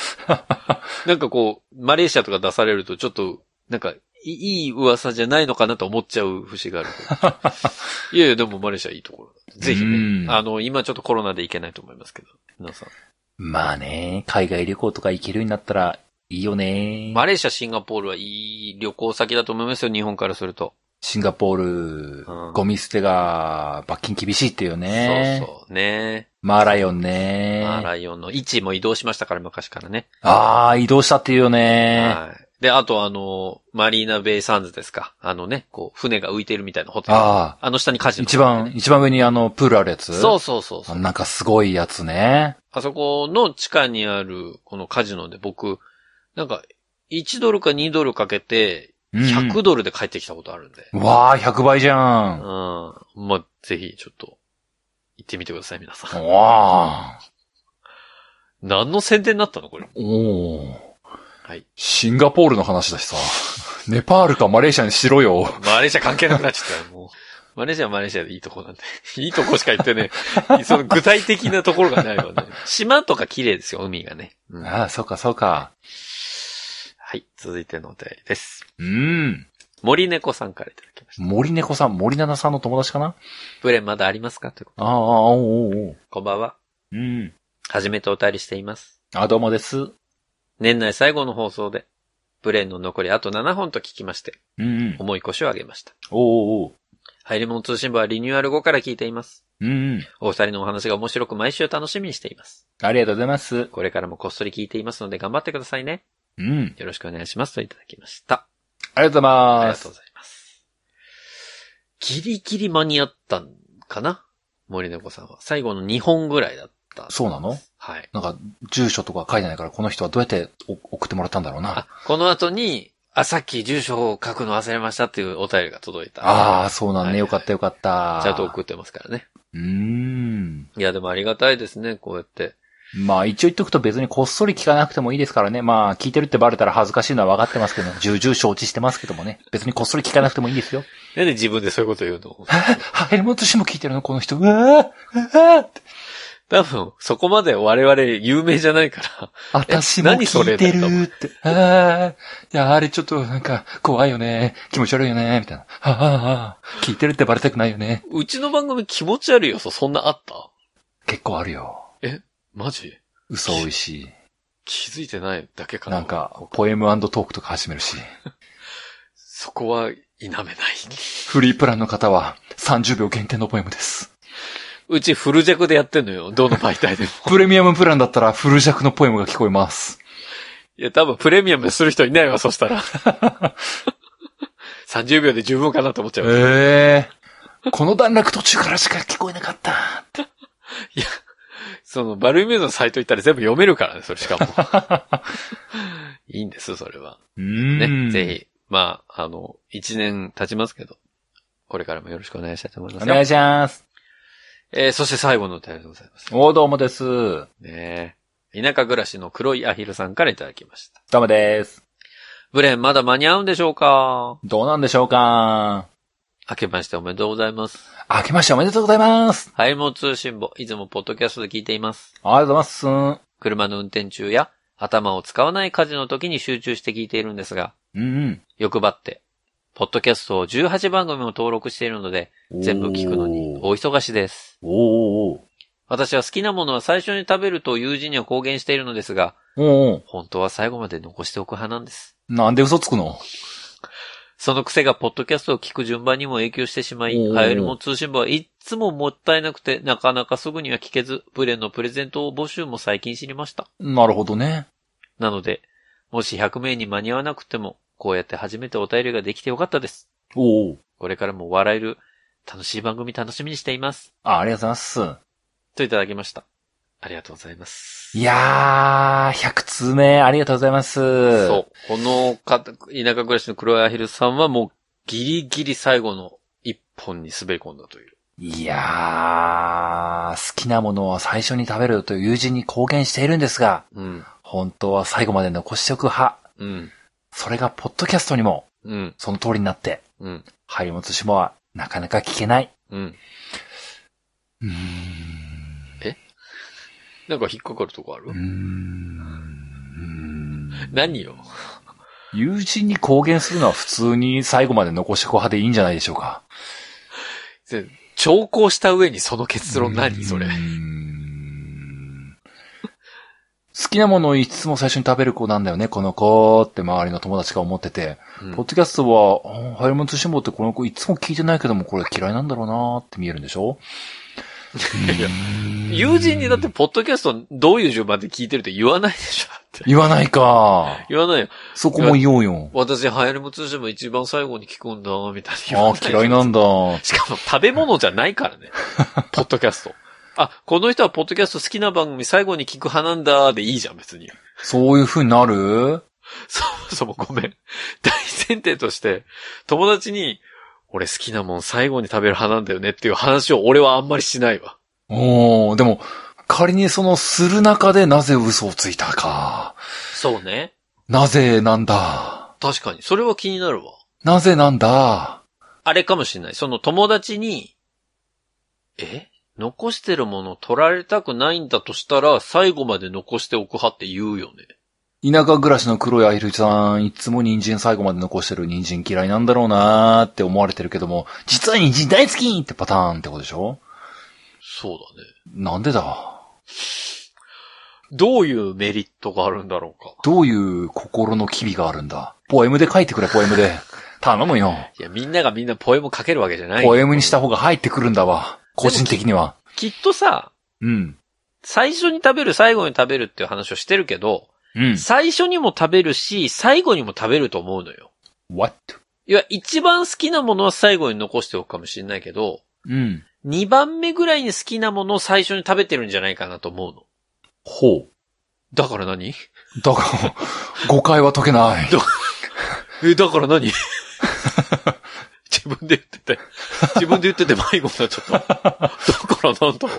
Speaker 1: なんかこう、マレーシアとか出されると、ちょっと、なんか、いいい噂じゃないのかなと思っちゃう節がある けど。いやいや、でもマレーシアいいところだ。ぜひ
Speaker 2: う
Speaker 1: ね。
Speaker 2: ん
Speaker 1: あの、今ちょっとコロナで行けないと思いますけど。皆さん。
Speaker 2: まあね、海外旅行とか行けるようになったら、いいよね。
Speaker 1: マレーシア、シンガポールはいい旅行先だと思いますよ、日本からすると。
Speaker 2: シンガポール、
Speaker 1: うん
Speaker 2: ゴミ捨てが、罰金厳しいっていうね。
Speaker 1: そうそう。ね
Speaker 2: マーライオンね。
Speaker 1: まあ、ライオンの位置も移動しましたから、昔からね。
Speaker 2: ああ、移動したっていうよね。
Speaker 1: はい。で、あとあの、マリーナベイサンズですか。あのね、こう、船が浮いてるみたいなホテル。あ
Speaker 2: ああ、
Speaker 1: の下にカジノ、
Speaker 2: 一番、。一番上にあの、プールあるやつ
Speaker 1: そうそうそうそう。
Speaker 2: あなんかすごいやつね。
Speaker 1: あそこの地下にある、このカジノで僕、なんか、1ドルか2ドルかけて、
Speaker 2: うん
Speaker 1: 100ドルで帰ってきたことあるんで。
Speaker 2: わあ、100倍じゃ。
Speaker 1: うんん。まあ、ぜひ、ちょっと、行ってみてください、皆さん。
Speaker 2: わあ。
Speaker 1: 何の宣伝になったのこれ。
Speaker 2: おお。
Speaker 1: はい。
Speaker 2: シンガポールの話だしさ。 ネパールかマレーシアにしろよ。
Speaker 1: マレーシア関係なくなっちゃったよ、もう。 マレーシアはマレーシアでいいとこなんで。 いいとこしか言ってね。 その具体的なところがないわね。島とか綺麗ですよ、海がね。うんは
Speaker 2: ああ、そうか、そうか。
Speaker 1: い、続いてのお便りです。
Speaker 2: うん。
Speaker 1: 森猫さんからいただきました。
Speaker 2: 森猫さん、森七さんの友達かな
Speaker 1: ブレンまだありますかということ
Speaker 2: ああ、おうおうおう。
Speaker 1: こんばんは。
Speaker 2: うん。
Speaker 1: 初めてお便りしています。
Speaker 2: あ、どうもです。うん
Speaker 1: 年内最後の放送で、ブレンの残りあと7本と聞きまして、
Speaker 2: うん。
Speaker 1: 重い腰を上げました。
Speaker 2: おうおうおう。
Speaker 1: 入り物通信部はリニューアル後から聞いています。
Speaker 2: うんうん。
Speaker 1: お二人のお話が面白く毎週楽しみにしています。
Speaker 2: ありがとうございます。
Speaker 1: これからもこっそり聞いていますので頑張ってくださいね。
Speaker 2: うん。
Speaker 1: よろしくお願いしますといただきました。
Speaker 2: ありがとうござい
Speaker 1: あり
Speaker 2: ま
Speaker 1: が
Speaker 2: す
Speaker 1: とう。ございます。ギリギリ間に合ったんかな森猫さんは。最後の2本ぐらいだった。
Speaker 2: そうなの
Speaker 1: はい。
Speaker 2: なんか、住所とか書いてないから、この人はどうやってお送ってもらったんだろうな
Speaker 1: あ。、この後に、あ、さっき住所を書くの忘れましたっていうお便りが届いた。
Speaker 2: ああ、そうなん
Speaker 1: は
Speaker 2: ね。
Speaker 1: い
Speaker 2: よかったよかった。
Speaker 1: ちゃんと送ってますからね。
Speaker 2: うーん。
Speaker 1: いや、でもありがたいですね、こうやって。
Speaker 2: まあ一応言っとくと別にこっそり聞かなくてもいいですからね。まあ聞いてるってバレたら恥ずかしいのは分かってますけど、重々承知してますけどもね。別にこっそり聞かなくてもいいですよ。
Speaker 1: なんで自分でそういうこと言うの
Speaker 2: あ、ヘルモット氏も聞いてるのこの人。うわーうわーって
Speaker 1: 多分、そこまで我々有名じゃないから。
Speaker 2: 私も
Speaker 1: 何そ
Speaker 2: 聞
Speaker 1: れ
Speaker 2: いてるって。ああ、いや、あれちょっとなんか怖いよね。気持ち悪いよね。みたいな。ああああ、聞いてるってバレたくないよね。
Speaker 1: うちの番組気持ち悪いよ、そそんなあった
Speaker 2: 結構あるよ。
Speaker 1: マジ
Speaker 2: 嘘多いし。
Speaker 1: 気づいてないだけかな。
Speaker 2: なんか、ポエムトークとか始めるし。
Speaker 1: そこは否めない。
Speaker 2: フリープランの方は30秒限定のポエムです。
Speaker 1: うちフルジャクでやってんのよ。どの媒体でも。
Speaker 2: プレミアムプランだったらフル弱のポエムが聞こえます。
Speaker 1: いや、多分プレミアムする人いないわ、そしたら。30秒で十分かなと思っちゃう。
Speaker 2: ええこの段落途中からしか聞こえなかった。
Speaker 1: その、バルミューズのサイト行ったら全部読めるからね、それしかも。 いいんです、それは。
Speaker 2: う
Speaker 1: ね。
Speaker 2: ん
Speaker 1: ぜ。ひ、まあ、あの、1年経ちますけど、これからもよろしくお願いしたいと思いま
Speaker 2: お
Speaker 1: す
Speaker 2: 願
Speaker 1: よ。
Speaker 2: いします。
Speaker 1: えー、そして最後のお便りでございます。
Speaker 2: おどうもです。ど
Speaker 1: ねえ田舎暮らしの黒いアヒルさんからいただきました。
Speaker 2: うもです。
Speaker 1: ブレン、まだ間に合うんでしょうか
Speaker 2: どうなんでしょうか
Speaker 1: 明けましておめでとうございます。
Speaker 2: 明けましておめでとうございます。
Speaker 1: ハイモ通信簿、いつもポッドキャストで聞いています。
Speaker 2: ありがとうございます。
Speaker 1: 車の運転中や、頭を使わない家事の時に集中して聞いているんですが、
Speaker 2: うん
Speaker 1: 欲張って、ポッドキャストを18番組も登録しているので、
Speaker 2: うん。
Speaker 1: 全部聞くのに
Speaker 2: おー
Speaker 1: お忙しです。
Speaker 2: おー
Speaker 1: 私は好きなものは最初に食べると友人には公言しているのですが、
Speaker 2: おーおー
Speaker 1: 本当は最後まで残しておく派なんです。
Speaker 2: なんで嘘つくの
Speaker 1: その癖がポッドキャストを聞く順番にも影響してしまい、
Speaker 2: おー
Speaker 1: 流行りも通信部はいつももったいなくて、なかなかすぐには聞けず、ブレンのプレゼントを募集も最近知りました。
Speaker 2: なるほどね。
Speaker 1: なので、もし100名に間に合わなくても、こうやって初めてお便りができてよかったです。
Speaker 2: おお。
Speaker 1: これからも笑える、楽しい番組楽しみにしています。
Speaker 2: あありがとうございます。
Speaker 1: といただきました。ありがとうございます。
Speaker 2: いやー、100通目、ありがとうございます。
Speaker 1: そう。この方、田舎暮らしの黒いアヒルさんはもうギリギリ最後の一本に滑り込んだという。
Speaker 2: いやー、まあ、好きなものを最初に食べるという友人に公言しているんですが、
Speaker 1: うん。
Speaker 2: 本当は最後まで残しておく派。
Speaker 1: うん。
Speaker 2: それがポッドキャストにも
Speaker 1: うん。
Speaker 2: その通りになって、
Speaker 1: うん。
Speaker 2: ハリモツシモはなかなか聞けない。
Speaker 1: うん。
Speaker 2: うーん。
Speaker 1: なんか引っかかるとこある、
Speaker 2: うーん。
Speaker 1: 何よ。
Speaker 2: 友人に公言するのは普通に最後まで残しておく派でいいんじゃないでしょうか。
Speaker 1: で調校した上にその結論何それ
Speaker 2: うー。ん好きなものをいつも最初に食べる子なんだよね、この子って周りの友達が思ってて、
Speaker 1: うん
Speaker 2: ポッドキャストは、あーハイモン通信簿ってこの子いつも聞いてないけどもこれ嫌いなんだろうなーって見えるんでしょ
Speaker 1: いや 友人にだって、ポッドキャストどういう順番で聞いてるって言わないでしょだって。
Speaker 2: 言わないか
Speaker 1: 言わないよ。
Speaker 2: そこも言おうよ。
Speaker 1: 私、流行りも通信も一番最後に聞くんだ、みたいな。
Speaker 2: ああ、嫌い
Speaker 1: な。
Speaker 2: なんだ。
Speaker 1: しかも食べ物じゃないから ね。ポッドキャスト。あ、この人はポッドキャスト好きな番組最後に聞く派なんだ、でいいじゃん、別に。
Speaker 2: そういう風になる
Speaker 1: そも そもごめん。大前提として、友達に、俺好きなもん最後に食べる派なんだよねっていう話を俺はあんまりしないわ。
Speaker 2: おー、でも、仮にそのする中でなぜ嘘をついたか。
Speaker 1: そうね。
Speaker 2: なぜなんだ。
Speaker 1: 確かに。それは気になるわ。
Speaker 2: なぜなんだ。
Speaker 1: あれかもしれない。その友達に、え残してるもの取られたくないんだとしたら、最後まで残しておく派って言うよね。
Speaker 2: 田舎暮らしの黒いアヒルさん、いつも人参最後まで残してる人参嫌いなんだろうなーって思われてるけども、実は人参大好きってパターンってことでしょ
Speaker 1: そうだね。
Speaker 2: なんでだ
Speaker 1: どういうメリットがあるんだろうか。
Speaker 2: どういう心の機微があるんだポエムで書いてくれ、ポエムで。頼むよ。
Speaker 1: いや、みんながみんなポエム書けるわけじゃない。
Speaker 2: ポエムにした方が入ってくるんだわ。個人的には。
Speaker 1: きっとさ、
Speaker 2: うん。
Speaker 1: 最初に食べる、最後に食べるっていう話をしてるけど、
Speaker 2: うん。
Speaker 1: 最初にも食べるし、最後にも食べると思うのよ。
Speaker 2: what?
Speaker 1: いや、一番好きなものは最後に残しておくかもしれないけど、
Speaker 2: うん。
Speaker 1: 二番目ぐらいに好きなものを最初に食べてるんじゃないかなと思うの。
Speaker 2: ほ
Speaker 1: だから何
Speaker 2: う。だから、誤解は解けない。
Speaker 1: え、だから 何自分で言ってて、自分で言ってて迷子になっちゃった。だからなんだろう。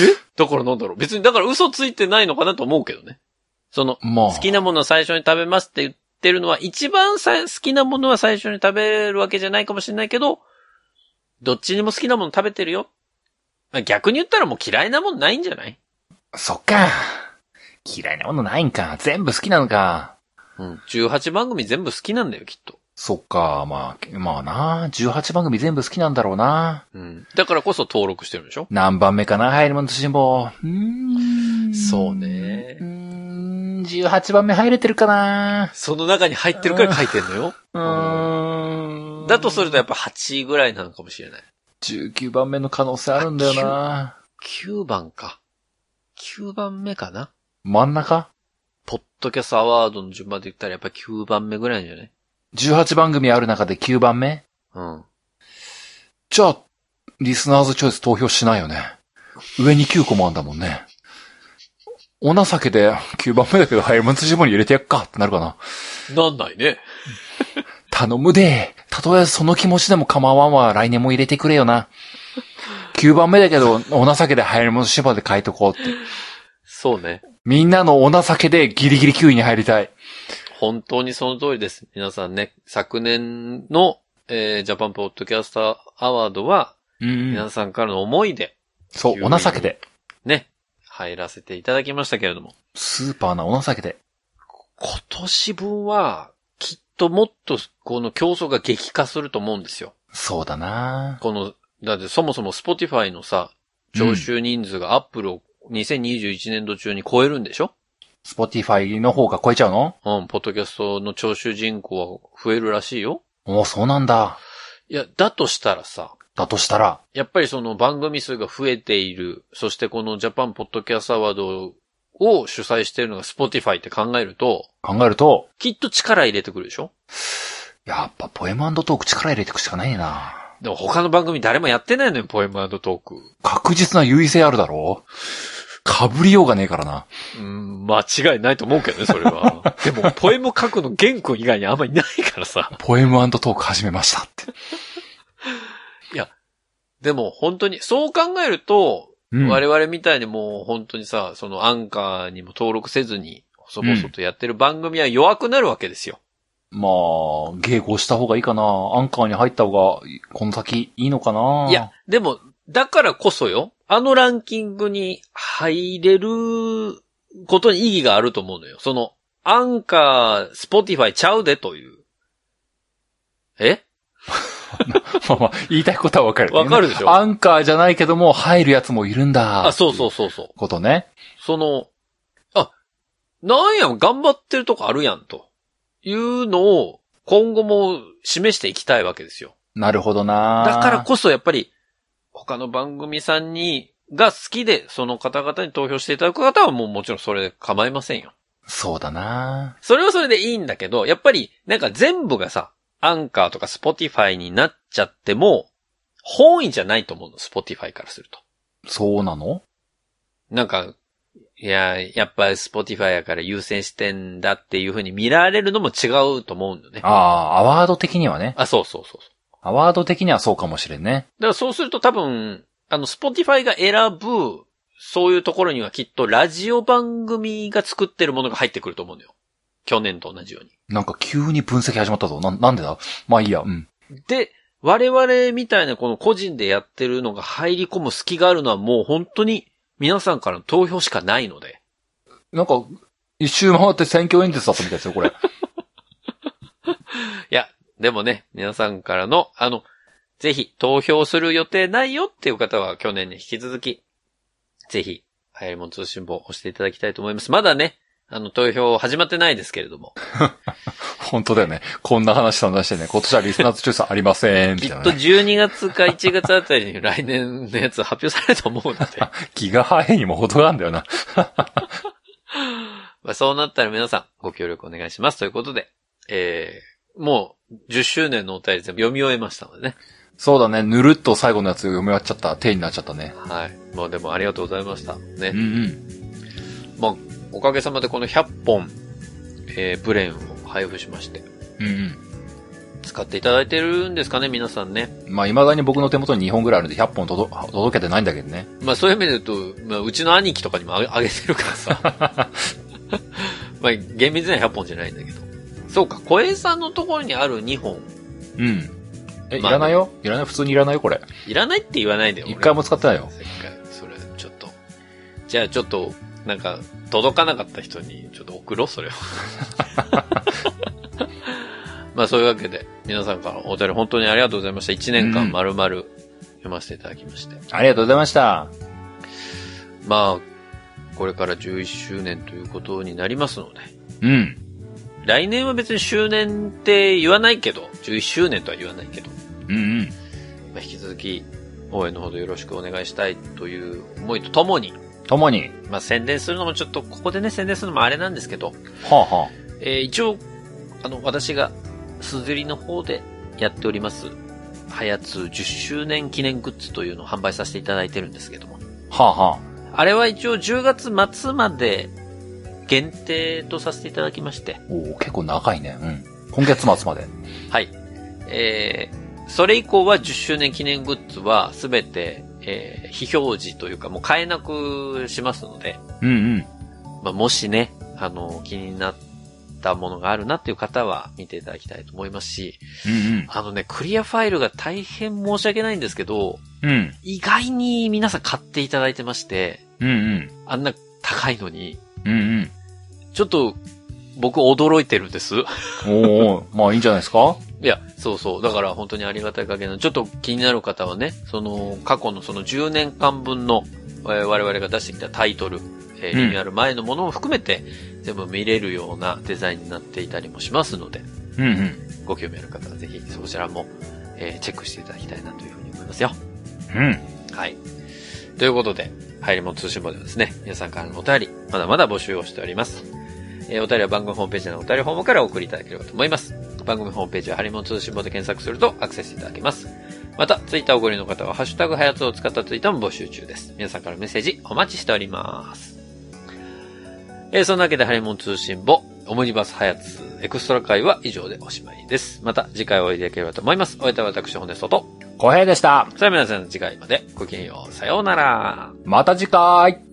Speaker 1: えだからなんだろう。別に、だから嘘ついてないのかなと思うけどね。その、
Speaker 2: まあ
Speaker 1: 好。きなものを最初に食べますって言ってるのは、一番さ好きなものは最初に食べるわけじゃないかもしれないけど、どっちにも好きなもの食べてるよ。まあ逆に言ったらもう嫌いなもんないんじゃない
Speaker 2: そっか。嫌いなものないんか。全部好きなのか。
Speaker 1: うん。18番組全部好きなんだよ、きっと。
Speaker 2: そっか。まあ、まあな。18番組全部好きなんだろうな。
Speaker 1: うん。だからこそ登録してるんでしょ
Speaker 2: 何番目かな入るものとしも。うーん。
Speaker 1: そうね
Speaker 2: うーん。18番目入れてるかな。
Speaker 1: その中に入ってるから書いてんのよ。
Speaker 2: うー ん。
Speaker 1: だとするとやっ
Speaker 2: ぱ。
Speaker 1: ぱ8位ぐらいなのかもしれない。
Speaker 2: 19番目の可能性あるんだよな。
Speaker 1: 9番か。9番目かな。
Speaker 2: 真ん中
Speaker 1: ポッドキャストアワードの順番で言ったらやっぱ9番目ぐらいなんじゃない
Speaker 2: ?18 番組ある中で9番目
Speaker 1: うん。
Speaker 2: じゃあ、リスナーズチョイス投票しないよね。上に9個もあんだもんね。お情けで9番目だけど、ハイマンツジボに入れてやっかってなるかな。
Speaker 1: なんないね。
Speaker 2: 頼むで。たとえその気持ちでも構わんわ、来年も入れてくれよな。9番目だけど、お情けでハイマンツジボで書いとこうって。
Speaker 1: そうね。
Speaker 2: みんなのお情けでギリギリ9位に入りたい。
Speaker 1: 本当にその通りです。皆さんね、昨年の、えー、ジャパンポッドキャストアワードは、
Speaker 2: うん
Speaker 1: 皆。さんからの思いで、
Speaker 2: そう、お情けで。
Speaker 1: ね、入らせていただきましたけれども、
Speaker 2: スーパーなお情けで。
Speaker 1: 今年分は、きっともっと、この競争が激化すると思うんですよ。
Speaker 2: そうだな
Speaker 1: この、だってそもそも Spotify のさ、聴取人数が Apple を2021年度中に超えるんでしょ
Speaker 2: スポティファイの方が超えちゃうの
Speaker 1: うん、ポッドキャストの聴取人口は増えるらしいよ。
Speaker 2: おうそうなんだ。
Speaker 1: いや、だとしたらさ、
Speaker 2: だとしたら、
Speaker 1: やっぱりその番組数が増えている、そしてこのジャパンポッドキャストアワードを主催しているのが Spotify って考えると、
Speaker 2: 考えると、
Speaker 1: きっと力入れてくるでしょ
Speaker 2: やっぱポエムトーク力入れていくしかないな。
Speaker 1: でも他の番組誰もやってないのよ、ポエムトーク。
Speaker 2: 確実な優位性あるだろかぶりようがねえからな。
Speaker 1: うん、間違いないと思うけどね、それ は。でも、ポエム書くの玄君以外にあんまりいないからさ。
Speaker 2: ポエムトーク始めましたって。
Speaker 1: でも、本当に、そう考えると、
Speaker 2: うん。
Speaker 1: 我々みたいにもう本当にさ、そのアンカーにも登録せずに、細々とやってる番組は弱くなるわけですよ。
Speaker 2: まあ、迎合した方がいいかな。アンカーに入った方が、この先いいのかな。
Speaker 1: いや、、でも、だからこそよ、あのランキングに入れることに意義があると思うのよ。その、アンカー、スポティファイちゃうでという。え
Speaker 2: まあまあ、言いたいことはわかる、
Speaker 1: わかるでしょ
Speaker 2: アンカーじゃないけども、入るやつもいるんだ。
Speaker 1: あ、そうそうそうそう。
Speaker 2: ことね。
Speaker 1: その、あ、なんや、頑張ってるとこあるやん、というのを、今後も示していきたいわけですよ。
Speaker 2: なるほどな。
Speaker 1: だからこそやっぱり、他の番組さんに、が好きで、その方々に投票していただく方はもうもちろんそれで構いませんよ。
Speaker 2: そうだな。
Speaker 1: それはそれでいいんだけど、やっぱり、なんか全部がさ、アンカーとかスポティファイになっちゃっても、本意じゃないと思うの、スポティファイからすると。
Speaker 2: そうなの
Speaker 1: なんか、いや、やっぱスポティファイやから優先してんだっていう風に見られるのも違うと思うんだよね。
Speaker 2: あ
Speaker 1: あ
Speaker 2: あ、アワード的にはね。
Speaker 1: そうそうそうそう。
Speaker 2: アワード的にはそうかもしれんね。
Speaker 1: だからそうすると多分、あの、スポティファイが選ぶ、そういうところにはきっとラジオ番組が作ってるものが入ってくると思うのよ。去年と同じように。
Speaker 2: なんか急に分析始まったぞ。な、なんでだまあいいや、うん。
Speaker 1: で、我々みたいなこの個人でやってるのが入り込む隙があるのはもう本当に皆さんからの投票しかないので。
Speaker 2: なんか、一周回って選挙演説だったみたいですよ、これ。
Speaker 1: いや、でもね、皆さんからの、あの、ぜひ投票する予定ないよっていう方は去年に引き続き、ぜひ、流行りもん通信簿を押していただきたいと思います。まだね、あの、投票始まってないですけれども、
Speaker 2: 本当だよね。こんな話さん出してね、今年はリスナーズ調査ありません、み
Speaker 1: き
Speaker 2: た
Speaker 1: っ
Speaker 2: いな、
Speaker 1: と
Speaker 2: ね。
Speaker 1: 12月か1月あたりに来年のやつ発表されると思うので、
Speaker 2: 気が早いにも程があるんだよな。
Speaker 1: まあ、そうなったら皆さんご協力お願いします。ということで、えー、もう10周年のお便り全部読み終えましたのでね。
Speaker 2: そうだね、ぬるっと最後のやつ読み終わっちゃった、手になっちゃったね。
Speaker 1: はい。もうでもありがとうございました。ね。
Speaker 2: うんうん。
Speaker 1: まあ、おかげさまでこの100本、えー、ブレーンを配布しまして、
Speaker 2: うん
Speaker 1: 使っていただいてるんですかね、皆さんね。
Speaker 2: うん。まあ、未だに僕の手元に2本ぐらいあるんで100本届届けてないんだけどね。
Speaker 1: まあ、そういう意味で言うと、まあ、うちの兄貴とかにもあげ あげてるからさ。 まあ、厳密には100本じゃないんだけど。そうか、小江さんのところにある2本、
Speaker 2: うん。え、い
Speaker 1: まあ
Speaker 2: らないよいらない普通にいらないよ、これ。
Speaker 1: いらないって言わないでよ。
Speaker 2: 一回も使ってないよ。
Speaker 1: 俺一回、それ、ちょっと。じゃあ、ちょっと、なんか、届かなかった人に、ちょっと送ろう、それ を。まあ、そういうわけで、皆さんからお便り本当にありがとうございました。1年
Speaker 2: う
Speaker 1: 間
Speaker 2: ん
Speaker 1: まるまる読ませていただきまして。
Speaker 2: ありがとうございました。
Speaker 1: まあ、これから11周年ということになりますので、
Speaker 2: うん。
Speaker 1: 来年は別に周年って言わないけど、11周年とは言わないけど、
Speaker 2: うんうん。
Speaker 1: まあ引き続き応援のほどよろしくお願いしたいという思いとともに、
Speaker 2: ともに。
Speaker 1: まあ、宣伝するのもちょっと、ここでね、宣伝するのもあれなんですけど、
Speaker 2: はあはあ。
Speaker 1: えー一応、あの、私が、すずりの方でやっております、はやつ10周年記念グッズというのを販売させていただいてるんですけども、
Speaker 2: はあはあ。
Speaker 1: あれは一応10月末まで限定とさせていただきまして、
Speaker 2: おお結構長いね。うん。今月末まで。
Speaker 1: はい。えーそれ以降は10周年記念グッズはすべて、えー非表示というかもう買えなくしますので、
Speaker 2: うんうん。
Speaker 1: まあ、もしね、あの、気になったものがあるなっていう方は見ていただきたいと思いますし、
Speaker 2: うん
Speaker 1: あのね、クリアファイルが大変申し訳ないんですけど、
Speaker 2: うん。うん。
Speaker 1: 意外に皆さん買っていただいてまして、
Speaker 2: うんうん。
Speaker 1: あんな高いのに、
Speaker 2: うん
Speaker 1: ちょっと、僕驚いてるんです。い
Speaker 2: うん。おーおーまあいいんじゃないですか
Speaker 1: や、そうそう。だから本当にありがたい限りなの。ちょっと気になる方はね、その、過去のその10年間分の、えー我々が出してきたタイトル、えー
Speaker 2: うん
Speaker 1: リニューアル前のものも含めて、全部見れるようなデザインになっていたりもしますので、
Speaker 2: うんうん。
Speaker 1: ご興味ある方はぜひそちらも、えーチェックしていただきたいなというふうに思いますよ。
Speaker 2: うん。
Speaker 1: はい。ということで、入りも通信簿ではですね、皆さんからのお便り、まだまだ募集をしております。えーお便りは番組ホームページのお便りフォームからお送りいただければと思います。番組ホームページはハリモン通信簿で検索するとアクセスいただけます。また、ツイッターをご利用の方は、ハッシュタグハヤツを使ったツイートも募集中です。皆さんからのメッセージお待ちしております。えーそんなわけで、ハリモン通信簿、オムニバスハヤツエクストラ会は以上でおしまいです。また次回お会いできればと思います。お会いいたい私、本ネストと。
Speaker 2: 小平でした。
Speaker 1: さあ皆さん次回までごきげんよう。さようなら。
Speaker 2: また次回。